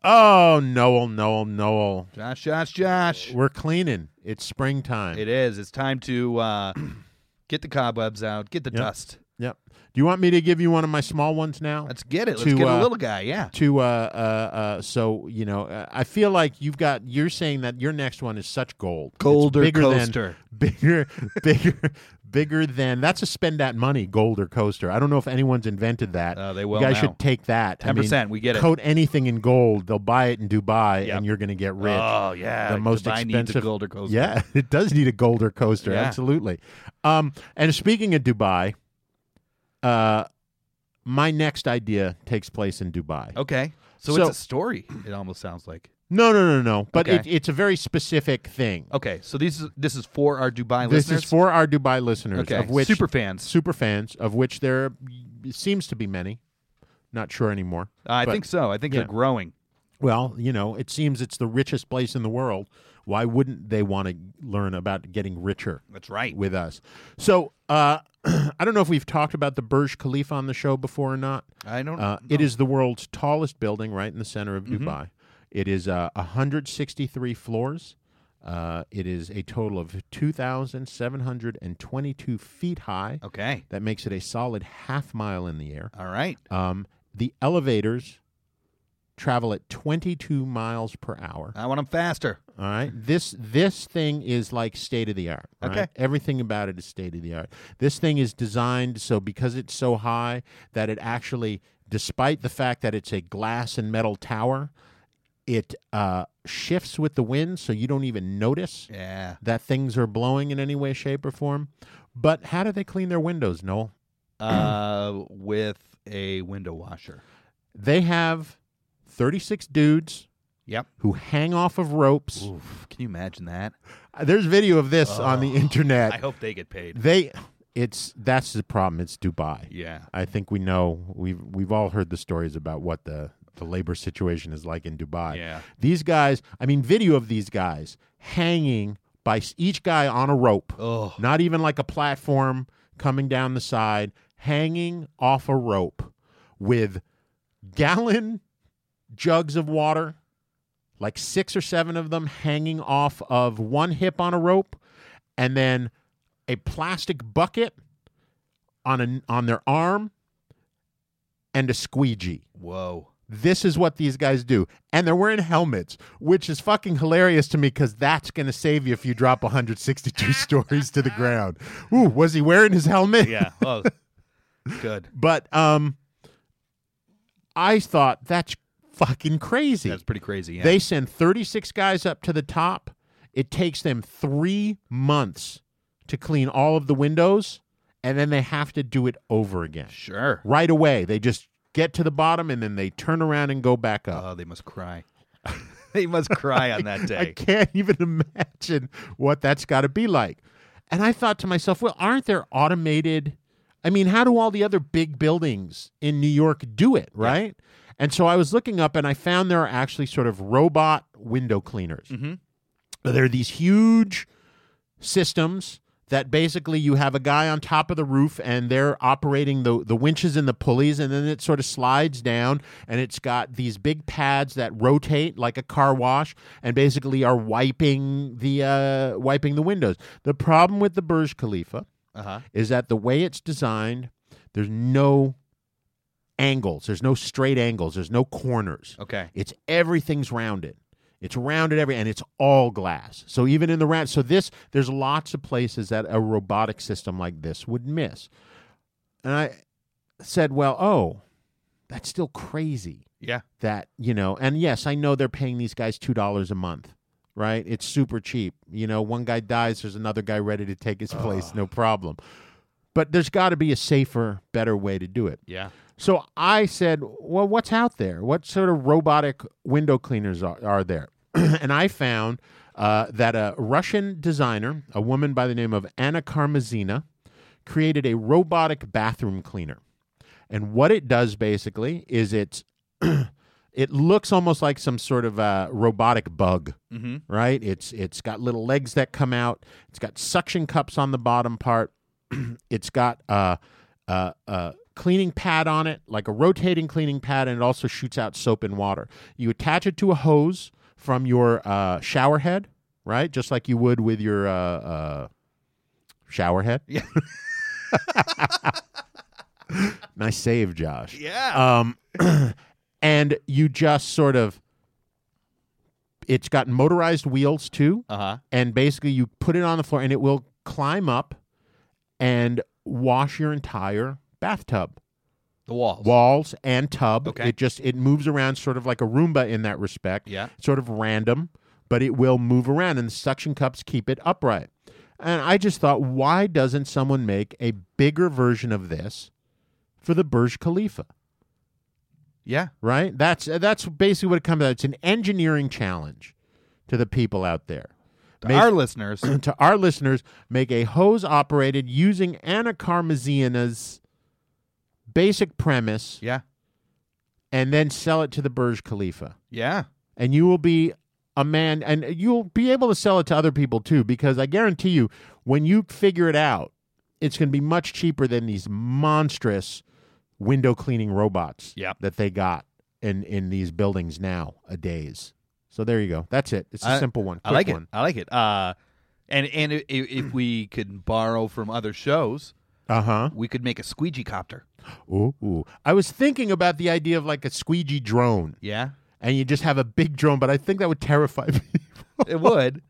E: oh, Noel, Noel, Noel.
F: Josh, Josh, Josh.
E: We're cleaning. It's springtime.
F: It is. It's time to uh, get the cobwebs out, get the
E: Yep.
F: dust,
E: Yep. Do you want me to give you one of my small ones now?
F: Let's get it. Let's
E: To,
F: get
E: uh,
F: a little guy. Yeah.
E: to uh, uh, uh, so you know uh, I feel like you've got you're saying that your next one is such gold It's
F: Golder
E: bigger than-
F: coaster.
E: bigger bigger bigger than that's a spend that money golder coaster I don't know if anyone's invented that
F: Uh, they will
E: you guys
F: now.
E: should take that I mean,
F: 10%, we get it.
E: coat anything in gold they'll buy it in Dubai
F: Yep.
E: and you're gonna get rich
F: Oh, yeah,
E: the most
F: Dubai needs a
E: expensive
F: Golder coaster.
E: yeah it does need a golder coaster
F: Yeah.
E: absolutely um and speaking of Dubai uh my next idea takes place in Dubai
F: Okay. So,
E: So-
F: it's a story. It almost sounds like.
E: no, no, no, no. But
F: Okay.
E: it, it's a very specific thing.
F: Okay. So these is- this is for our Dubai
E: This
F: listeners.
E: is for our Dubai listeners,
F: okay.
E: of which
F: super fans.
E: super fans, of which there seems to be many. Not sure anymore.
F: Uh, I
E: But,
F: think so. I think
E: yeah.
F: they're growing.
E: Well, you know, it seems it's the richest place in the world. Why wouldn't they want to learn about getting richer
F: That's right.
E: with us? So uh, I don't know if we've talked about the Burj Khalifa on the show before or not.
F: I don't. Mm-hmm.
E: Uh, It is the world's tallest building, right in the center of Dubai. It is uh, 163 floors. Uh, it is a total of 2,722 feet high.
F: okay.
E: That makes it a solid half mile in the air.
F: All right.
E: Um, the elevators travel at 22 miles per hour.
F: I want them faster.
E: All right. This this thing is like state of the art. right?
F: Okay.
E: Everything about it is state of the art. This thing is designed so because it's so high that it actually, despite the fact that it's a glass and metal tower, it uh, shifts with the wind, so you don't even notice
F: Yeah.
E: that things are blowing in any way, shape, or form. But how do they clean their windows, Noel?
F: Uh, with a window washer.
E: They have thirty six dudes
F: Yep.
E: who hang off of ropes.
F: Oof, can you imagine that?
E: There's video of this on the internet.
F: Oh. I hope they get paid.
E: They, it's that's the problem. It's Dubai.
F: Yeah.
E: I think we know we've we've all heard the stories about what the the labor situation is like in Dubai.
F: Yeah.
E: These guys, I mean, video of these guys hanging by s- each guy on a rope.
F: Ugh.
E: Not even like a platform coming down the side, hanging off a rope with gallon jugs of water, like six or seven of them hanging off of one hip on a rope, and then a plastic bucket on an on their arm and a squeegee.
F: Whoa.
E: This is what these guys do. And they're wearing helmets, which is fucking hilarious to me because that's going to save you if you drop 162 stories to the ground. Ooh, was he wearing his helmet?
F: Yeah. Oh, good.
E: But um, I thought that's fucking crazy.
F: That's pretty crazy. Yeah.
E: They send 36 guys up to the top. It takes them three months to clean all of the windows, and then they have to do it over again.
F: sure.
E: Right away, they just get to the bottom and then they turn around and go back up.
F: Oh, they must cry. they must cry on that
E: I
F: day.
E: can't even imagine what that's got to be like. And I thought to myself, well, aren't there automated? I mean, how do all the other big buildings in New York do it, right? And so I was looking up and I found there are actually sort of robot window cleaners.
F: Mm-hmm.
E: There are these huge systems that basically you have a guy on top of the roof and they're operating the, the winches and the pulleys and then it sort of slides down and it's got these big pads that rotate like a car wash and basically are wiping the uh, wiping the windows. The problem with the Burj Khalifa
F: Uh-huh.
E: is that the way it's designed, there's no angles, there's no straight angles, there's no corners.
F: Okay.
E: It's everything's rounded. It's rounded every and it's all glass. So even in the round so this there's lots of places that a robotic system like this would miss. And I said, "Well, oh, that's still crazy
F: Yeah.
E: that, you know, and yes, I know they're paying these guys $2 a month, right? It's super cheap. You know, one guy dies, there's another guy ready to take his place, no problem. But there's got to be a safer, better way to do it.
F: Yeah.
E: So I said, well, what's out there? What sort of robotic window cleaners are, are there? and I found uh, that a Russian designer, a woman by the name of Anna Karmazina, created a robotic bathroom cleaner. And what it does basically is it's it looks almost like some sort of uh, robotic bug, right? It's it's got little legs that come out. It's got suction cups on the bottom part. it's got a, a, a cleaning pad on it, like a rotating cleaning pad, and it also shoots out soap and water. You attach it to a hose from your uh, shower head, right? Just like you would with your uh, uh, shower head.
F: Yeah.
E: nice save, Josh.
F: Yeah.
E: Um, and you just sort of, it's got motorized wheels too.
F: Uh huh.
E: and basically you put it on the floor and it will climb up and wash your entire bathtub
F: The walls.
E: walls and tub
F: Okay.
E: it just it moves around sort of like a roomba in that respect
F: Yeah.
E: sort of random but it will move around and the suction cups keep it upright and i just thought why doesn't someone make a bigger version of this for the burj khalifa
F: Yeah.
E: right? That's that's basically what it comes out. It's an engineering challenge to the people out there.
F: To
E: Make-
F: our listeners.
E: to our listeners, make a hose operated using Anna Karmaziana's basic premise,
F: yeah.
E: and then sell it to the Burj Khalifa,
F: Yeah.
E: and you will be a man, and you'll be able to sell it to other people too, because I guarantee you, when you figure it out, it's going to be much cheaper than these monstrous window cleaning robots
F: Yep.
E: that they got in in these buildings now a days. So there you go. That's it. It's a
F: I-
E: simple one.
F: I
E: quick
F: like
E: one.
F: it. I like it. Uh, and and i- i- if we could borrow from other shows,
E: Uh huh.
F: we could make a squeegee copter.
E: Ooh, ooh. I was thinking about the idea of like a squeegee drone,
F: Yeah,
E: and you just have a big drone, but I think that would terrify people.
F: it would,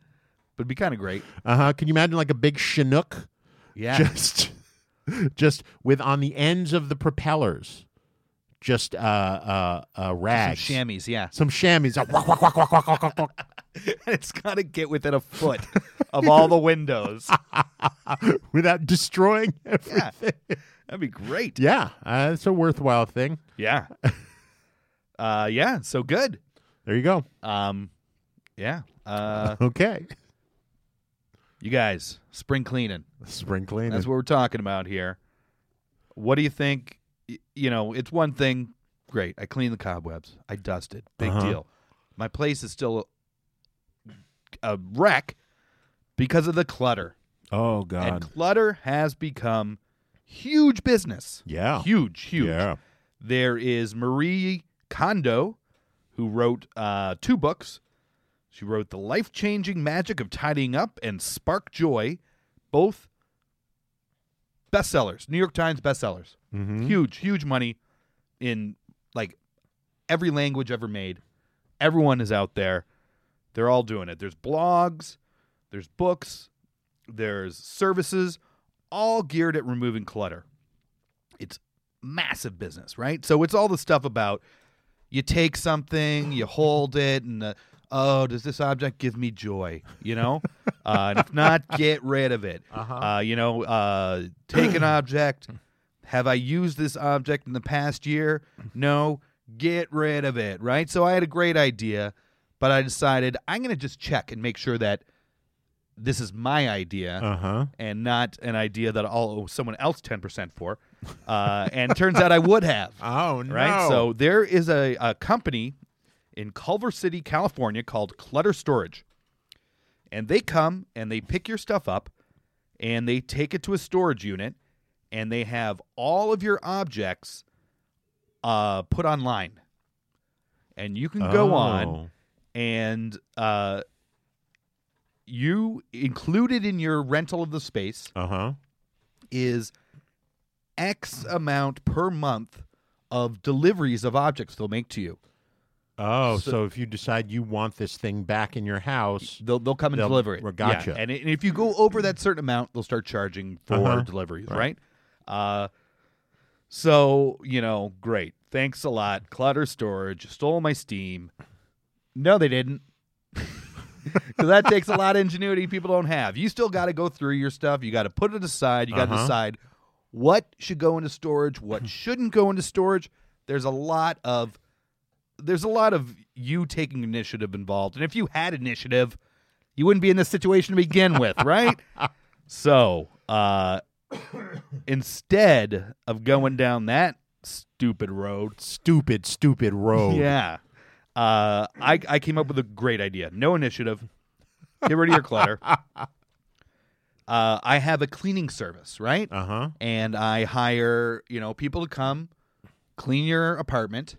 F: but it'd be kind of great.
E: Uh huh. Can you imagine like a big Chinook
F: Yeah,
E: just just with on the ends of the propellers, just uh uh, uh
F: some
E: rags,
F: chamois. Yeah,
E: some chamois. Uh, whack, whack, whack, whack, whack, whack, whack, whack.
F: it's got to get within a foot of all the windows.
E: without destroying everything.
F: That'd be great.
E: Yeah, uh, it's a worthwhile thing.
F: Yeah, uh, yeah. So good.
E: There you go.
F: Um, yeah. Uh,
E: Okay.
F: you guys, spring cleaning.
E: Spring cleaning.
F: That's what we're talking about here. What do you think? y- You know, it's one thing. Great, I cleaned the cobwebs. I dusted. Big
E: Uh-huh.
F: deal. My place is still a, a wreck because of the clutter,
E: oh
F: and clutter has become huge business.
E: Yeah.
F: huge, huge.
E: Yeah.
F: There is Marie Kondo, who wrote uh, two books. She wrote The Life Changing Magic of Tidying Up and Spark Joy, both bestsellers, New York Times bestsellers. Huge, huge money in like every language ever made. Everyone is out there. They're all doing it. There's blogs, there's books, there's services, all geared at removing clutter it's massive business, right? So it's all the stuff about you take something, you hold it, and the, oh, does this object give me joy? You know, uh, and if not, get rid of it. Uh, you know, uh, take an object. Have I used this object in the past year? No, get rid of it, right? So I had a great idea, but I decided I'm going to just check and make sure that this is my idea
E: Uh huh.
F: and not an idea that I'll owe someone else 10% for. Uh, and turns out I would have.
E: Oh no.
F: Right? So there is a, a company in Culver City, California called Clutter Storage. And they come and they pick your stuff up and they take it to a storage unit and they have all of your objects uh, put online. And you can go on
E: Oh.
F: and uh, you included in your rental of the space
E: Uh huh.
F: is X amount per month of deliveries of objects they'll make to you.
E: Oh, so, if you decide you want this thing back in your house,
F: They'll they'll come and
E: They'll-
F: deliver it.
E: well, gotcha.
F: Yeah. And, i- and if you go over that certain amount, they'll start charging for
E: Uh-huh.
F: deliveries, right? Uh, so you know, great. Thanks a lot, Clutter Storage. Stole my Steam. No, they didn't. Because that takes a lot of ingenuity people don't have. You still got to go through your stuff. You got to put it aside. You got to
E: Uh-huh. Hmm.
F: decide what should go into storage, what shouldn't go into storage. There's a lot of there's a lot of you taking initiative involved. And if you had initiative, you wouldn't be in this situation to begin with, right? so, uh, instead of going down that stupid road,
E: stupid, stupid road.
F: yeah, uh, I, I came up with a great idea. No initiative. Get rid of your clutter. Uh, I have a cleaning service, right?
E: Uh huh.
F: and I hire you know people to come clean your apartment,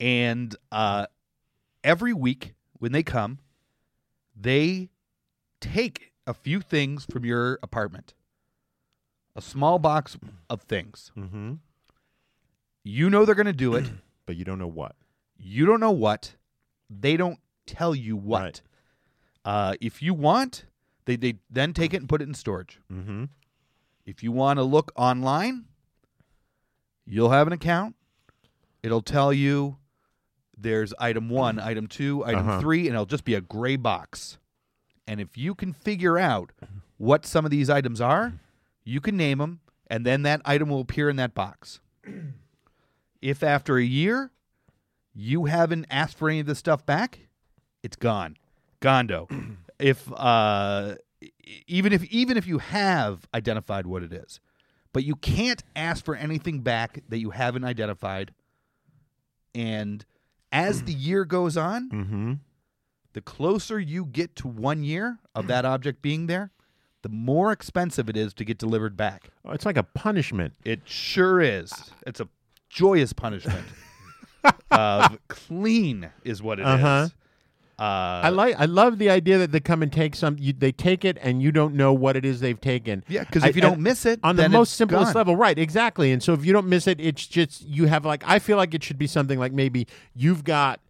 F: and uh, every week when they come, they take a few things from your apartment, a small box of things,
E: Mm hmm.
F: You know they're going to do it.
E: but you don't know what.
F: you don't know what. They don't tell you what.
E: Right.
F: Uh, if you want, they, they then take it and put it in storage. Mm-hmm. If you want to look online, you'll have an account. It'll tell you there's item one, item two, item three, and it'll just be a gray box. And if you can figure out what some of these items are, you can name them, and then that item will appear in that box. If after a year you haven't asked for any of this stuff back, it's gone. Gondo. if uh, e- even if even if you have identified what it is, but you can't ask for anything back that you haven't identified. And as the year goes on, the closer you get to one year of that object being there, the more expensive it is to get delivered back.
E: Oh, it's like a punishment.
F: It sure is. It's a joyous punishment. of clean is what it is.
E: Uh-huh.
F: Uh,
E: I like. I love the idea that they come and take some. You, they take it, and you don't know what it is they've taken.
F: Yeah, 'cause if
E: I-
F: you don't
E: and
F: miss it,
E: on the
F: then
E: most
F: it's
E: simplest
F: gone.
E: level, right? Exactly. And so if you don't miss it, it's just you have like. I feel like it should be something like maybe you've got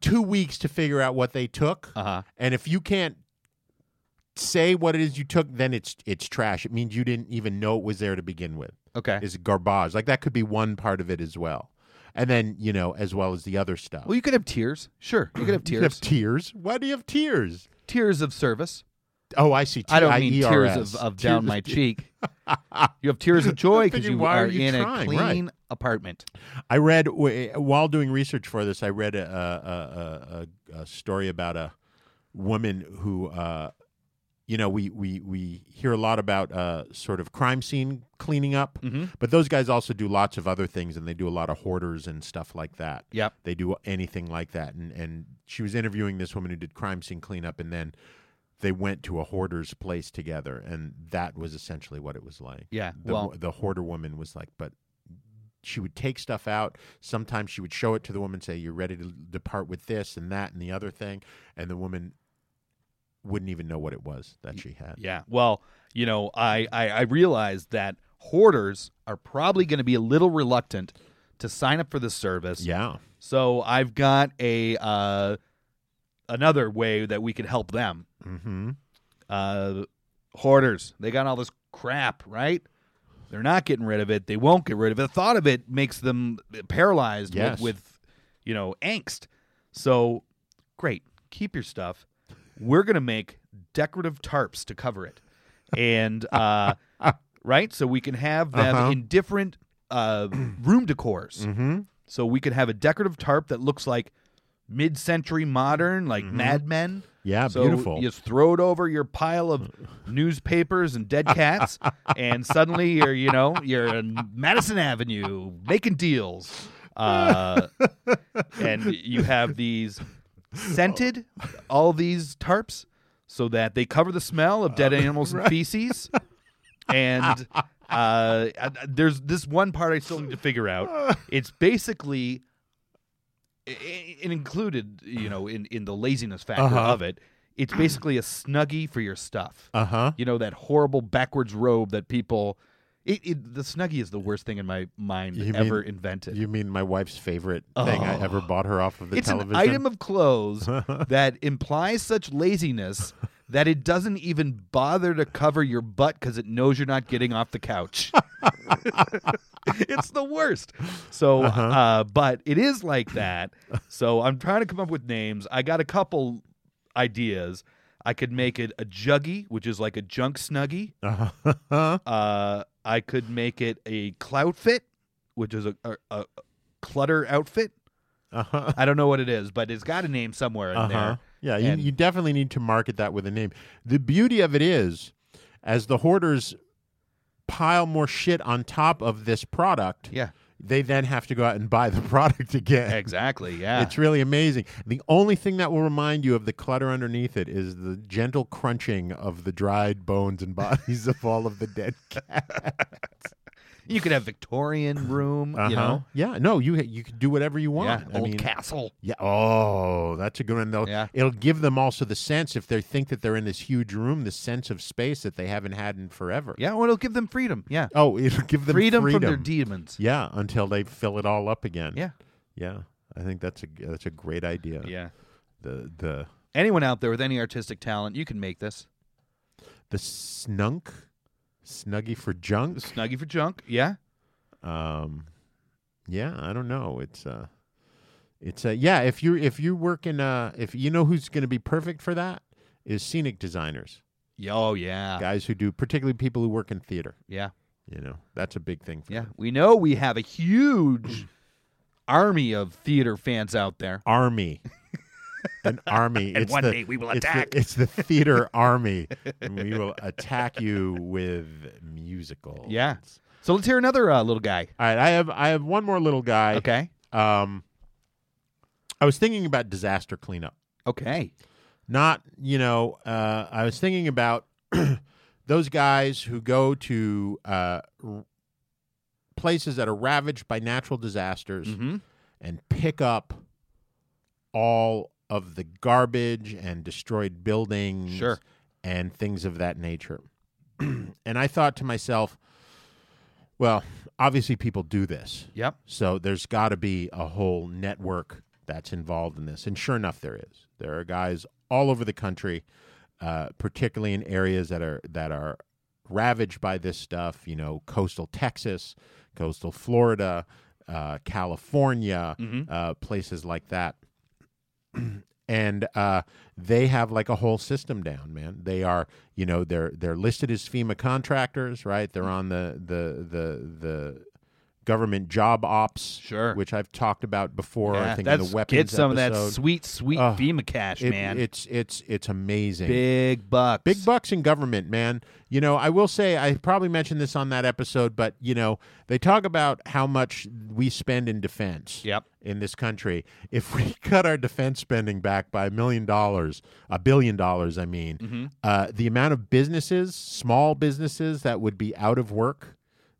E: two weeks to figure out what they took,
F: Uh-huh.
E: and if you can't say what it is you took, then it's it's trash. It means you didn't even know it was there to begin with.
F: Okay.
E: is garbage. Like that could be one part of it as well, and then you know as well as the other stuff.
F: Well, you could have tears. Sure, you could have
E: You
F: tears.
E: have tears. Why do you have tears?
F: tears of service.
E: Oh, I see.
F: I don't mean tears
E: TIERS.
F: of, of
E: Tears
F: down my
E: te-
F: cheek. you have tears of joy because
E: Thinking,
F: you
E: why
F: are,
E: are you
F: in a
E: trying? Right.
F: clean apartment.
E: I read w- while doing research for this. I read a a, a, a, a story about a woman who, uh, you know, we we we hear a lot about uh, sort of crime scene cleaning up,
F: Mm-hmm.
E: but those guys also do lots of other things, and they do a lot of hoarders and stuff like that.
F: Yep.
E: they do anything like that. And and she was interviewing this woman who did crime scene cleanup, and then. They went to a hoarder's place together, and that was essentially what it was like.
F: Yeah,
E: the,
F: well-
E: the hoarder woman was like, "But she would take stuff out. Sometimes she would show it to the woman, say, "You're ready to depart with this and that and the other thing," and the woman wouldn't even know what it was that she had.
F: Yeah. Well, you know, I I, I realized that hoarders are probably going to be a little reluctant to sign up for this service.
E: Yeah.
F: So I've got a uh, another way that we could help them.
E: Mm-hmm.
F: uh, hoarders. They got all this crap, right? They're not getting rid of it. They won't get rid of it. The thought of it makes them paralyzed
E: Yes.
F: with, with, you know, angst. So, great, keep your stuff. We're gonna make decorative tarps to cover it, and uh, right, so we can have them
E: Uh-huh.
F: in different uh, room decors. So we could have a decorative tarp that looks like mid-century modern, like Mad Men.
E: Mm-hmm. Yeah,
F: So
E: beautiful.
F: You just throw it over your pile of newspapers and dead cats, and suddenly you're, you know, you're in Madison Avenue making deals, uh, and you have these scented, all these tarps, so that they cover the smell of
E: Oh,
F: dead animals and feces, and. Uh, I- there's this one part I still need to figure out. It's basically i- i- it included, you know, in, in the laziness factor
E: Uh-huh.
F: of it, it's basically a snuggie for your stuff.
E: Uh huh.
F: You know that horrible backwards robe that people. It, it, the snuggie is the worst thing in my mind
E: You mean-
F: ever invented.
E: You mean my wife's favorite thing I ever bought her off of the
F: Oh. it's
E: television?
F: an item of clothes that implies such laziness that it doesn't even bother to cover your butt because it knows you're not getting off the couch. it's the worst. So,
E: Uh-huh.
F: uh but it is like that. So I'm trying to come up with names. I got a couple ideas. I could make it a juggy, which is like a junk snuggie. Uh, I could make it a cloutfit, which is a, a, a clutter outfit.
E: Uh-huh.
F: I don't know what it is, but it's got a name somewhere in
E: Uh-huh.
F: there.
E: Yeah, you,
F: And-
E: you definitely need to market that with a name. The beauty of it is, as the hoarders pile more shit on top of this product,
F: Yeah.
E: they then have to go out and buy the product again.
F: Exactly. Yeah.
E: It's really amazing. The only thing that will remind you of the clutter underneath it is the gentle crunching of the dried bones and bodies of all of the dead cats.
F: You could have Victorian room. You know,
E: Yeah. No, you you could do whatever you
F: yeah,
E: want. Uh-huh. I
F: old
E: mean,
F: castle.
E: Yeah. Oh, that's a good one. They'll-
F: Yeah.
E: It'll give them also the sense if they think that they're in this huge room, the sense of space that they haven't had in forever.
F: Yeah, well, it'll give them freedom. Yeah,
E: Oh, it'll give them freedom,
F: freedom, from their demons.
E: Yeah, until they fill it all up again.
F: Yeah.
E: Yeah. I think that's a that's a great idea.
F: yeah.
E: The the
F: Anyone out there with any artistic talent, you can make this.
E: the snunk, snuggy for junk.
F: Snuggie for junk. Yeah.
E: um yeah i don't know it's uh it's uh yeah if you if you work in uh if you know who's going to be perfect for that is scenic designers
F: Yeah, Oh yeah.
E: guys who do particularly people who work in theater
F: Yeah.
E: you know that's a big thing for
F: Yeah.
E: them.
F: We know we have a huge army of theater fans out there.
E: army an army and it's one day we will attack it's the theater army and we will attack you with musicals
F: Yeah. So let's hear another uh, little guy.
E: all right i have i have one more little guy
F: Okay.
E: um i was thinking about disaster cleanup
F: Okay.
E: not you know uh, i was thinking about those guys who go to uh, r- places that are ravaged by natural disasters and pick up all of the garbage and destroyed buildings
F: Sure.
E: and things of that nature and i thought to myself well obviously people do this
F: Yep.
E: so there's got to be a whole network that's involved in this. And sure enough, there is. There are guys all over the country, uh, particularly in areas that are that are ravaged by this stuff. You know, coastal Texas, coastal Florida, uh, California, uh, places like that. And uh, they have like a whole system down, man. They are, you know, they're they're listed as FEMA contractors, right? They're on the the the the government job ops,
F: Sure.
E: which I've talked about before. I
F: Yeah,
E: think in the
F: that's-
E: weapons
F: Get some of that
E: episode.
F: sweet, sweet
E: Ugh,
F: FEMA cash,
E: It-
F: man.
E: It's it's it's amazing.
F: big bucks.
E: Big bucks in government, man. You know, I will say I probably mentioned this on that episode, but you know, they talk about how much we spend in defense.
F: Yep.
E: In this country, if we cut our defense spending back by a million dollars, a billion dollars, I mean,
F: Mm-hmm.
E: uh, the amount of businesses, small businesses that would be out of work,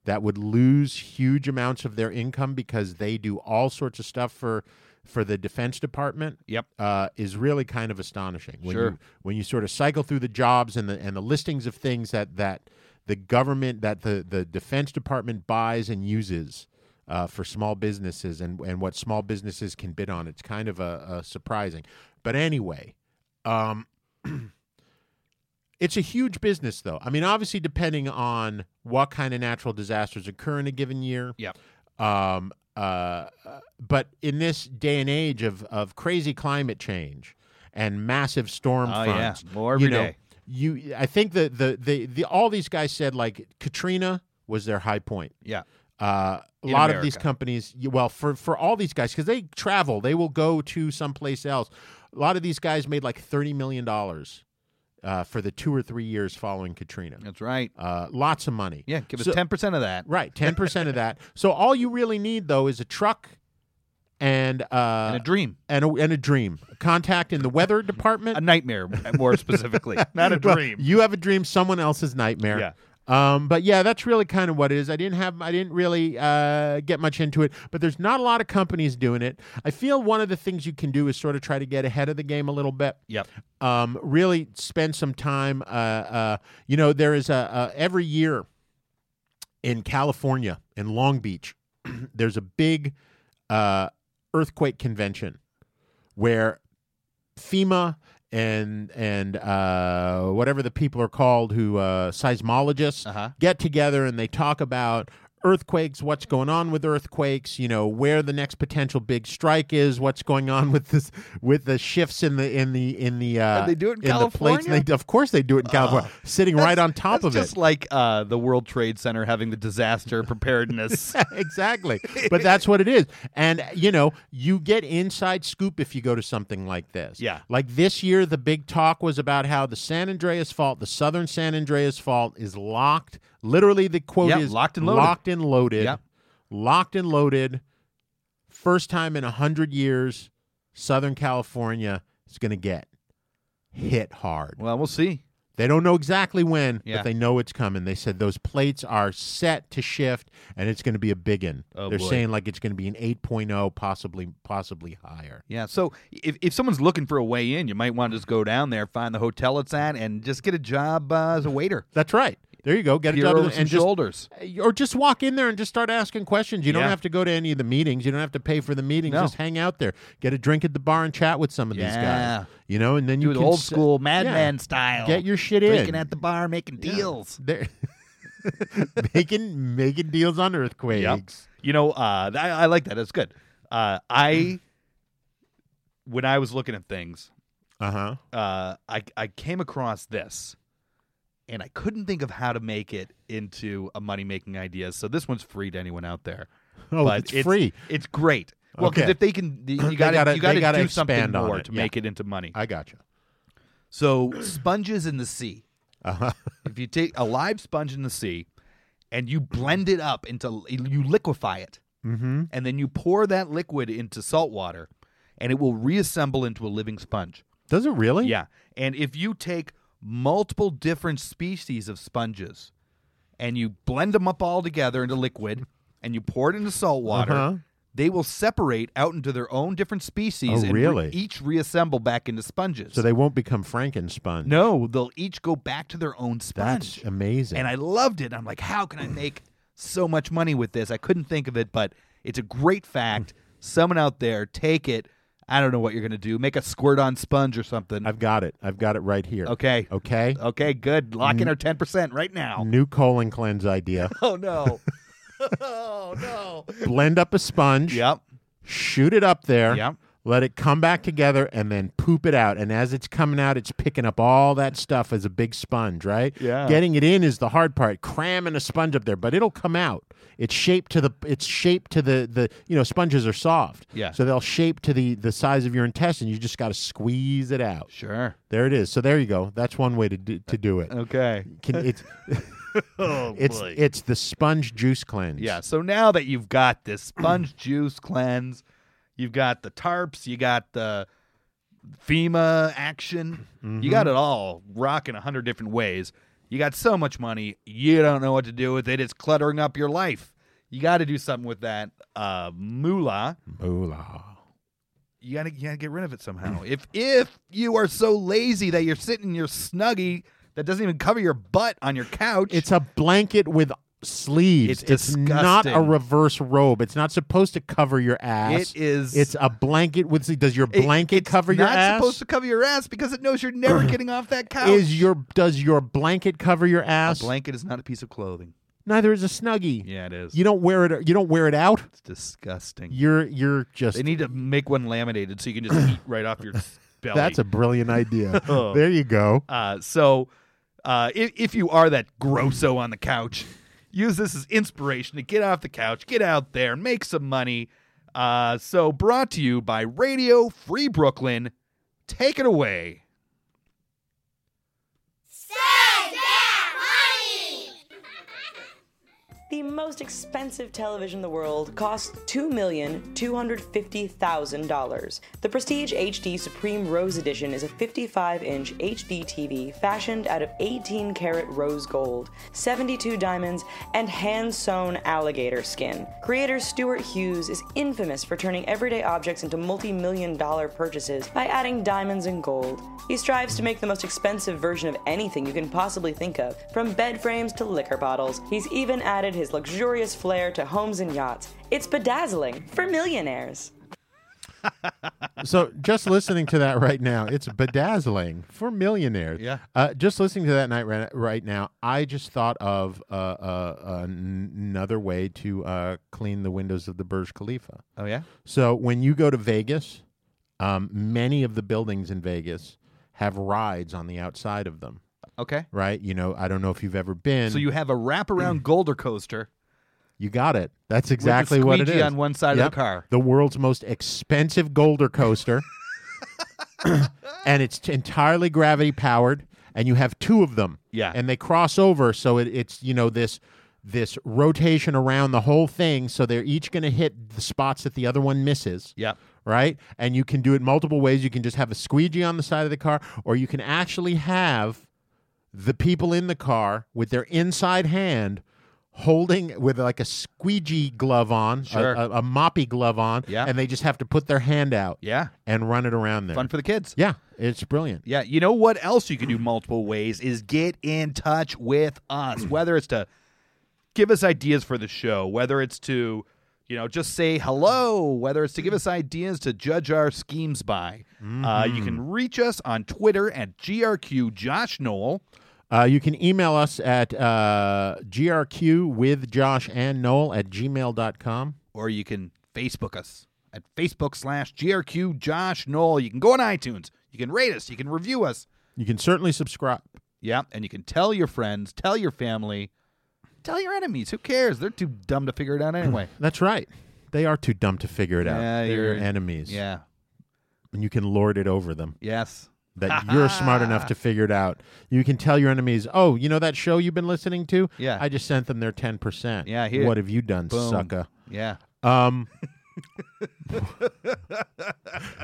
E: that would lose huge amounts of their income because they do all sorts of stuff for for the defense department
F: Yep.
E: uh, is really kind of astonishing when
F: Sure.
E: you when you sort of cycle through the jobs and the and the listings of things that that the government that the the defense department buys and uses uh, for small businesses and and what small businesses can bid on. It's kind of a, a surprising, but anyway. Um, it's a huge business, though. I mean, obviously, depending on what kind of natural disasters occur in a given year,
F: Yep.
E: um, uh, but in this day and age of of crazy climate change and massive storm
F: Oh, yeah.
E: fronts,
F: More
E: you
F: every
E: know,
F: day.
E: You, I think the, the the the all these guys said like Katrina was their high point.
F: Yeah.
E: Uh, a
F: In
E: lot of these
F: America.
E: companies, you- well, for for all these guys, because they travel, they will go to someplace else. A lot of these guys made like thirty million dollars uh, for the two or three years following Katrina.
F: That's right.
E: Uh, lots of money.
F: Yeah. Give us
E: So-
F: ten percent of that.
E: Right, ten percent of that. So all you really need though is a truck and uh
F: and a dream.
E: and a, and a dream. Contact in the weather department.
F: A nightmare, more specifically. Not a
E: Well,
F: dream.
E: you have a dream, someone else's nightmare.
F: Yeah.
E: Um, but yeah, that's really kind of what it is. I didn't have, I didn't really uh, get much into it, but there's not a lot of companies doing it. I feel one of the things you can do is sort of try to get ahead of the game a little bit.
F: Yep.
E: Um, really spend some time. Uh, uh, you know, there is a, a every year in California in Long Beach, there's a big uh, earthquake convention where FEMA and and uh, whatever the people are called who uh, seismologists
F: Uh-huh.
E: get together and they talk about earthquakes, what's going on with earthquakes, you know, where the next potential big strike is, what's going on with this with the shifts in the in the in the uh,
F: they do it in
E: the plates.
F: California?
E: They, of course they do it in California, sitting right on top
F: That's
E: of
F: just
E: it.
F: like uh, the World Trade Center having the disaster preparedness.
E: exactly. But that's what it is. And, you know, you get inside scoop if you go to something like this.
F: Yeah.
E: Like this year, the big talk was about how the San Andreas Fault, the southern San Andreas Fault, is locked. Literally, the quote
F: Yep,
E: is
F: locked and loaded.
E: Locked and loaded.
F: Yep.
E: Locked and loaded. First time in 100 years, Southern California is going to get hit hard.
F: well, we'll see.
E: They don't know exactly when,
F: Yeah.
E: but they know it's coming. They said those plates are set to shift, and it's going to be a big one.
F: Oh,
E: They're
F: boy.
E: saying like it's going to be an 8.0, possibly possibly higher.
F: Yeah. So if, if someone's looking for a way in, you might want to just go down there, find the hotel it's at, and just get a job uh, as a waiter.
E: That's right. There you go. Get a
F: Peer
E: job
F: over
E: and
F: some
E: just
F: shoulders.
E: or just walk in there and just start asking questions. You don't
F: Yeah.
E: have to go to any of the meetings. You don't have to pay for the meetings.
F: No.
E: Just hang out there, get a drink at the bar, and chat with some of these
F: Yeah.
E: guys. You know, and then
F: Do
E: you
F: the
E: can
F: old
E: s-
F: school
E: yeah.
F: madman style.
E: Get your shit
F: drinking
E: in.
F: at the bar, making deals.
E: There- making making deals on earthquakes.
F: You know, uh, th- I, I like that. That's good. Uh, I when I was looking at things,
E: Uh huh.
F: uh, I I came across this, and I couldn't think of how to make it into a money making idea. So this one's free to anyone out there.
E: Oh, it's free.
F: It's great. Well, because
E: Okay.
F: if they can, you
E: They
F: got
E: gotta-
F: to
E: they
F: you got to
E: gotta
F: do something
E: expand on
F: more
E: it,
F: to
E: yeah.
F: make it into money.
E: I gotcha.
F: So sponges in the sea.
E: Uh-huh.
F: If you take a live sponge in the sea and you blend it up into you liquefy it, mm-hmm. and then you pour that liquid into salt water, and it will reassemble into a living sponge.
E: Does it really?
F: Yeah, and if you take multiple different species of sponges and you blend them up all together into liquid and you pour it into salt water.
E: Uh-huh.
F: They will separate out into their own different species
E: Oh,
F: and re-
E: really?
F: each reassemble back into sponges.
E: So they won't become Frankenstein.
F: No, they'll each go back to their own
E: That's
F: sponge.
E: amazing.
F: And I loved it. I'm like, how can I make so much money with this? I couldn't think of it, but it's a great fact. Someone out there, take it. I don't know what you're going to do. Make a squirt on sponge or something.
E: I've got it. I've got it right here.
F: okay. Oh.
E: Okay. Mm.
F: Okay, good. Lock in our 10% right now.
E: New colon cleanse idea.
F: Oh, no. oh, no.
E: Blend up a sponge.
F: Yep.
E: shoot it up there.
F: Yep.
E: Let it come back together and then poop it out. And as it's coming out, it's picking up all that stuff as a big sponge, right?
F: Yeah.
E: Getting it in is the hard part. Cramming a sponge up there, but it'll come out. It's shaped to the it's shaped to the the you know, sponges are soft.
F: Yeah.
E: So they'll shape to the the size of your intestine. You just gotta squeeze it out.
F: Sure.
E: There it is. So there you go. That's one way to do, to do it.
F: Okay.
E: Can, it's it's it's the sponge juice cleanse.
F: Yeah. So now that you've got this sponge juice cleanse, you've got the tarps, you got the FEMA action, you got it all rocking a hundred different ways. You got so much money, you don't know what to do with it. It's cluttering up your life. You got to do something with that uh, moolah.
E: Ooh la.
F: You got to you gotta get rid of it somehow. if if you are so lazy that you're sitting in your snuggie that doesn't even cover your butt on your couch,
E: It's a blanket with sleeves.
F: It's
E: not a
F: disgusting.
E: reverse robe. It's not supposed to cover your ass.
F: It is-
E: It's a blanket with. sleeves. Does your
F: It-
E: blanket
F: it's
E: cover your
F: not
E: ass?
F: supposed to cover your ass because it knows you're never getting off that couch.
E: Is your does your blanket cover your
F: a
E: ass?
F: blanket is not a piece of clothing.
E: Neither is a snuggie.
F: Yeah, it is.
E: You don't wear it. You don't wear it out.
F: it's disgusting.
E: You're you're just.
F: they need to make one laminated so you can just eat right off your belly. Oh.
E: that's a brilliant idea. there you go.
F: uh, so. Uh, if, if you are that grosso on the couch, use this as inspiration to get off the couch, get out there, make some money. Uh, so brought to you by Radio Free Brooklyn. Take it away.
J: The most expensive television in the world cost $2,250,000. The Prestige HD Supreme Rose Edition is a 55 inch HD TV fashioned out of 18 karat rose gold, 72 diamonds, and hand sewn alligator skin. Creator Stuart Hughes is infamous for turning everyday objects into multi million dollar purchases by adding diamonds and gold. He strives to make the most expensive version of anything you can possibly think of, from bed frames to liquor bottles. He's even added his luxurious flair to homes and yachts. It's bedazzling for millionaires.
E: So just listening to that right now, it's bedazzling for millionaires.
F: Yeah.
E: Uh, just listening to that night right, right now, I just thought of uh, uh, an- another way to uh, clean the windows of the Burj Khalifa.
F: Oh, yeah?
E: So when you go to Vegas, um, many of the buildings in Vegas have rides on the outside of them.
F: Okay.
E: Right, you know, I don't know if you've ever been.
F: So you have a wraparound Golder coaster.
E: you got it. That's exactly what it
F: squeegee
E: is.
F: on one side of the car.
E: the world's most expensive Golder coaster, and it's entirely gravity powered. And you have two of them.
F: Yeah.
E: and they cross over, so it, it's you know this this rotation around the whole thing. So they're each going to hit the spots that the other one misses.
F: Yep.
E: Right, and you can do it multiple ways. You can just have a squeegee on the side of the car, or you can actually have the people in the car with their inside hand holding with like a squeegee glove on, a-
F: Sure.
E: a, a moppy glove on,
F: Yeah.
E: and they just have to put their hand out
F: Yeah.
E: and run it around there.
F: Fun for the kids.
E: yeah, it's brilliant.
F: Yeah, you know what else you can do multiple ways is get in touch with us, whether it's to give us ideas for the show, whether it's to, you know, just say hello, whether it's to give us ideas to judge our schemes by. Uh, you can reach us on Twitter at GRQ Josh Noel.
E: Uh, you can email us at uh, grq with Josh and Noel at gmail.com.
F: or you can Facebook us at Facebook slash GRQ Josh Knoll. You can go on iTunes. You can rate us. You can review us.
E: You can certainly subscribe.
F: Yeah. And you can tell your friends, tell your family, tell your enemies. Who cares? They're too dumb to figure it out anyway.
E: That's right. They are too dumb to figure it out.
F: Yeah,
E: They're your
F: you're-
E: enemies.
F: yeah.
E: And you can lord it over them.
F: Yes.
E: that you're smart enough to figure it out. You can tell your enemies, "Oh, you know that show you've been listening to?
F: Yeah.
E: I just sent them their ten percent.
F: Yeah, here.
E: what have you done,
F: Boom.
E: sucker?
F: Yeah.
E: Um,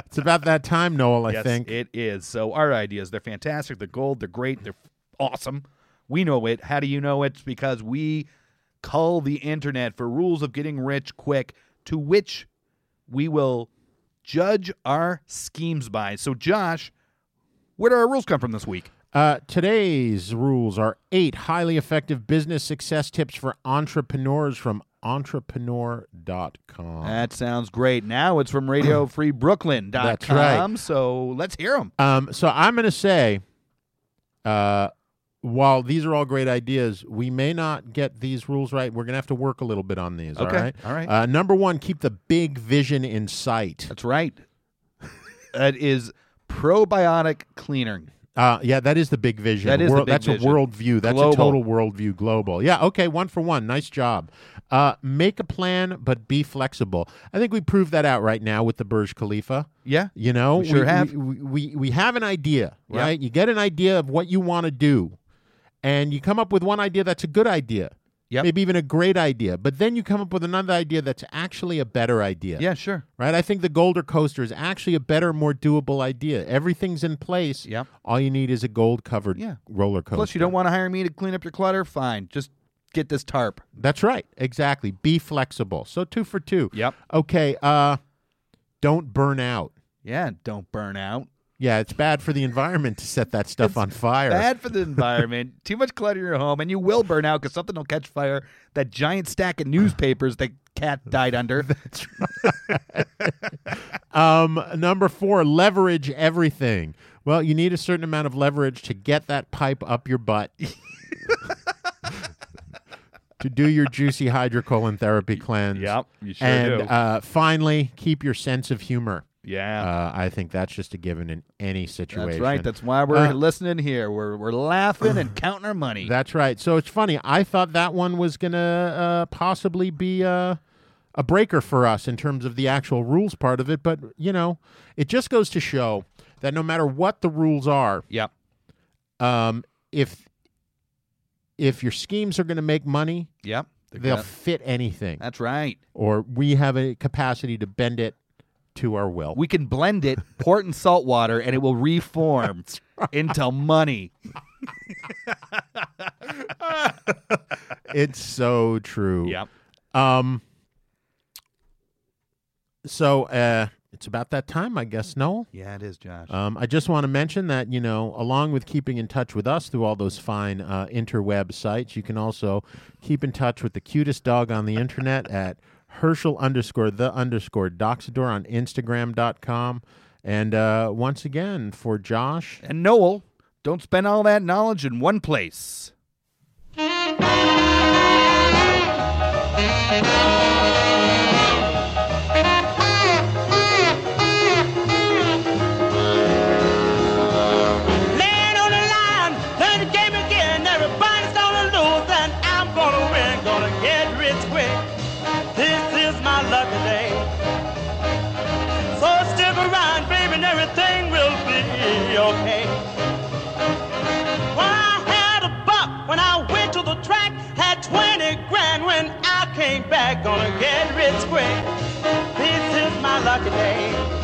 E: it's about that time, Noel. I
F: yes,
E: think
F: it is. So our ideas, they're fantastic. They're gold. They're great. They're awesome. We know it. How do you know it? It's because we cull the internet for rules of getting rich quick, to which we will judge our schemes by. So, Josh, where do our rules come from this week?
E: uh, today's rules are eight highly effective business success tips for entrepreneurs from entrepreneur.com.
F: That sounds great. Now it's from RadioFreeBrooklyn.com.
E: That's right.
F: So let's hear them.
E: Um, so I'm going to say, uh, while these are all great ideas, we may not get these rules right. We're going to have to work a little bit on these.
F: Okay,
E: All right.
F: all right. Uh,
E: Uh, number one, keep the big vision in sight.
F: That's right. that is probiotic cleaning.
E: Uh, yeah, that is the big vision.
F: That is the
E: World-
F: big
E: that's
F: vision.
E: a worldview. That's
F: Global.
E: a total worldview. Global. Yeah. Okay. One for one. Nice job. Uh, make a plan, but be flexible. I think we proved that out right now with the Burj Khalifa.
F: Yeah.
E: You know,
F: We sure have.
E: We, we, we have an idea,
F: Yeah.
E: right? You get an idea of what you want to do, and you come up with one idea that's a good idea,
F: Yep.
E: maybe even a great idea. But then you come up with another idea that's actually a better idea.
F: Yeah, sure.
E: Right? I think the Golder Coaster is actually a better, more doable idea. Everything's in place.
F: Yep.
E: All you need is a gold covered
F: Yeah.
E: roller coaster.
F: Plus, you don't want to hire me to clean up your clutter? Fine. Just get this tarp.
E: That's right. Exactly. Be flexible. So two for two.
F: Yep.
E: Okay. Uh, don't burn out.
F: Yeah, don't burn out.
E: Yeah, it's bad for the environment to set that stuff on fire.
F: Bad for the environment. Too much clutter in your home, and you will burn out because something will catch fire. That giant stack of newspapers that cat died under.
E: Um, number four, leverage everything. Well, you need a certain amount of leverage to get that pipe up your butt. to do your juicy hydrocolon therapy cleanse.
F: Yep, you sure
E: and
F: do.
E: Uh, finally, keep your sense of humor.
F: yeah.
E: Uh, I think that's just a given in any situation.
F: that's right. That's why we're
E: Uh,
F: listening here. We're, we're laughing and counting our money.
E: That's right. So it's funny. I thought that one was going to uh, possibly be uh, a breaker for us in terms of the actual rules part of it. But, you know, it just goes to show that no matter what the rules are,
F: yep.
E: um, if if your schemes are going to make money,
F: Yep. They're
E: they'll
F: good.
E: fit anything,
F: That's right.
E: or we have a capacity to bend it to our will.
F: We can blend it, pour it in salt water, and it will reform into money.
E: it's so true. Um. So uh, it's about that time, I guess. Noel.
F: Yeah, it is, Josh.
E: Um, I just want to mention that, you know, along with keeping in touch with us through all those fine uh, interweb sites, you can also keep in touch with the cutest dog on the internet at Herschel underscore the underscore Doxador on Instagram.com. And uh, once again, for Josh,
F: And Noel, don't spend all that knowledge in one place.
D: Land on the line, play the game again. Everybody's gonna lose, and I'm gonna win. Gonna get rich quick. This is my lucky day. So stick around, baby, and everything will be okay. Well, I had a buck when I went to the track. Had 20 grand when I came back. Gonna get rich quick. This is my lucky day.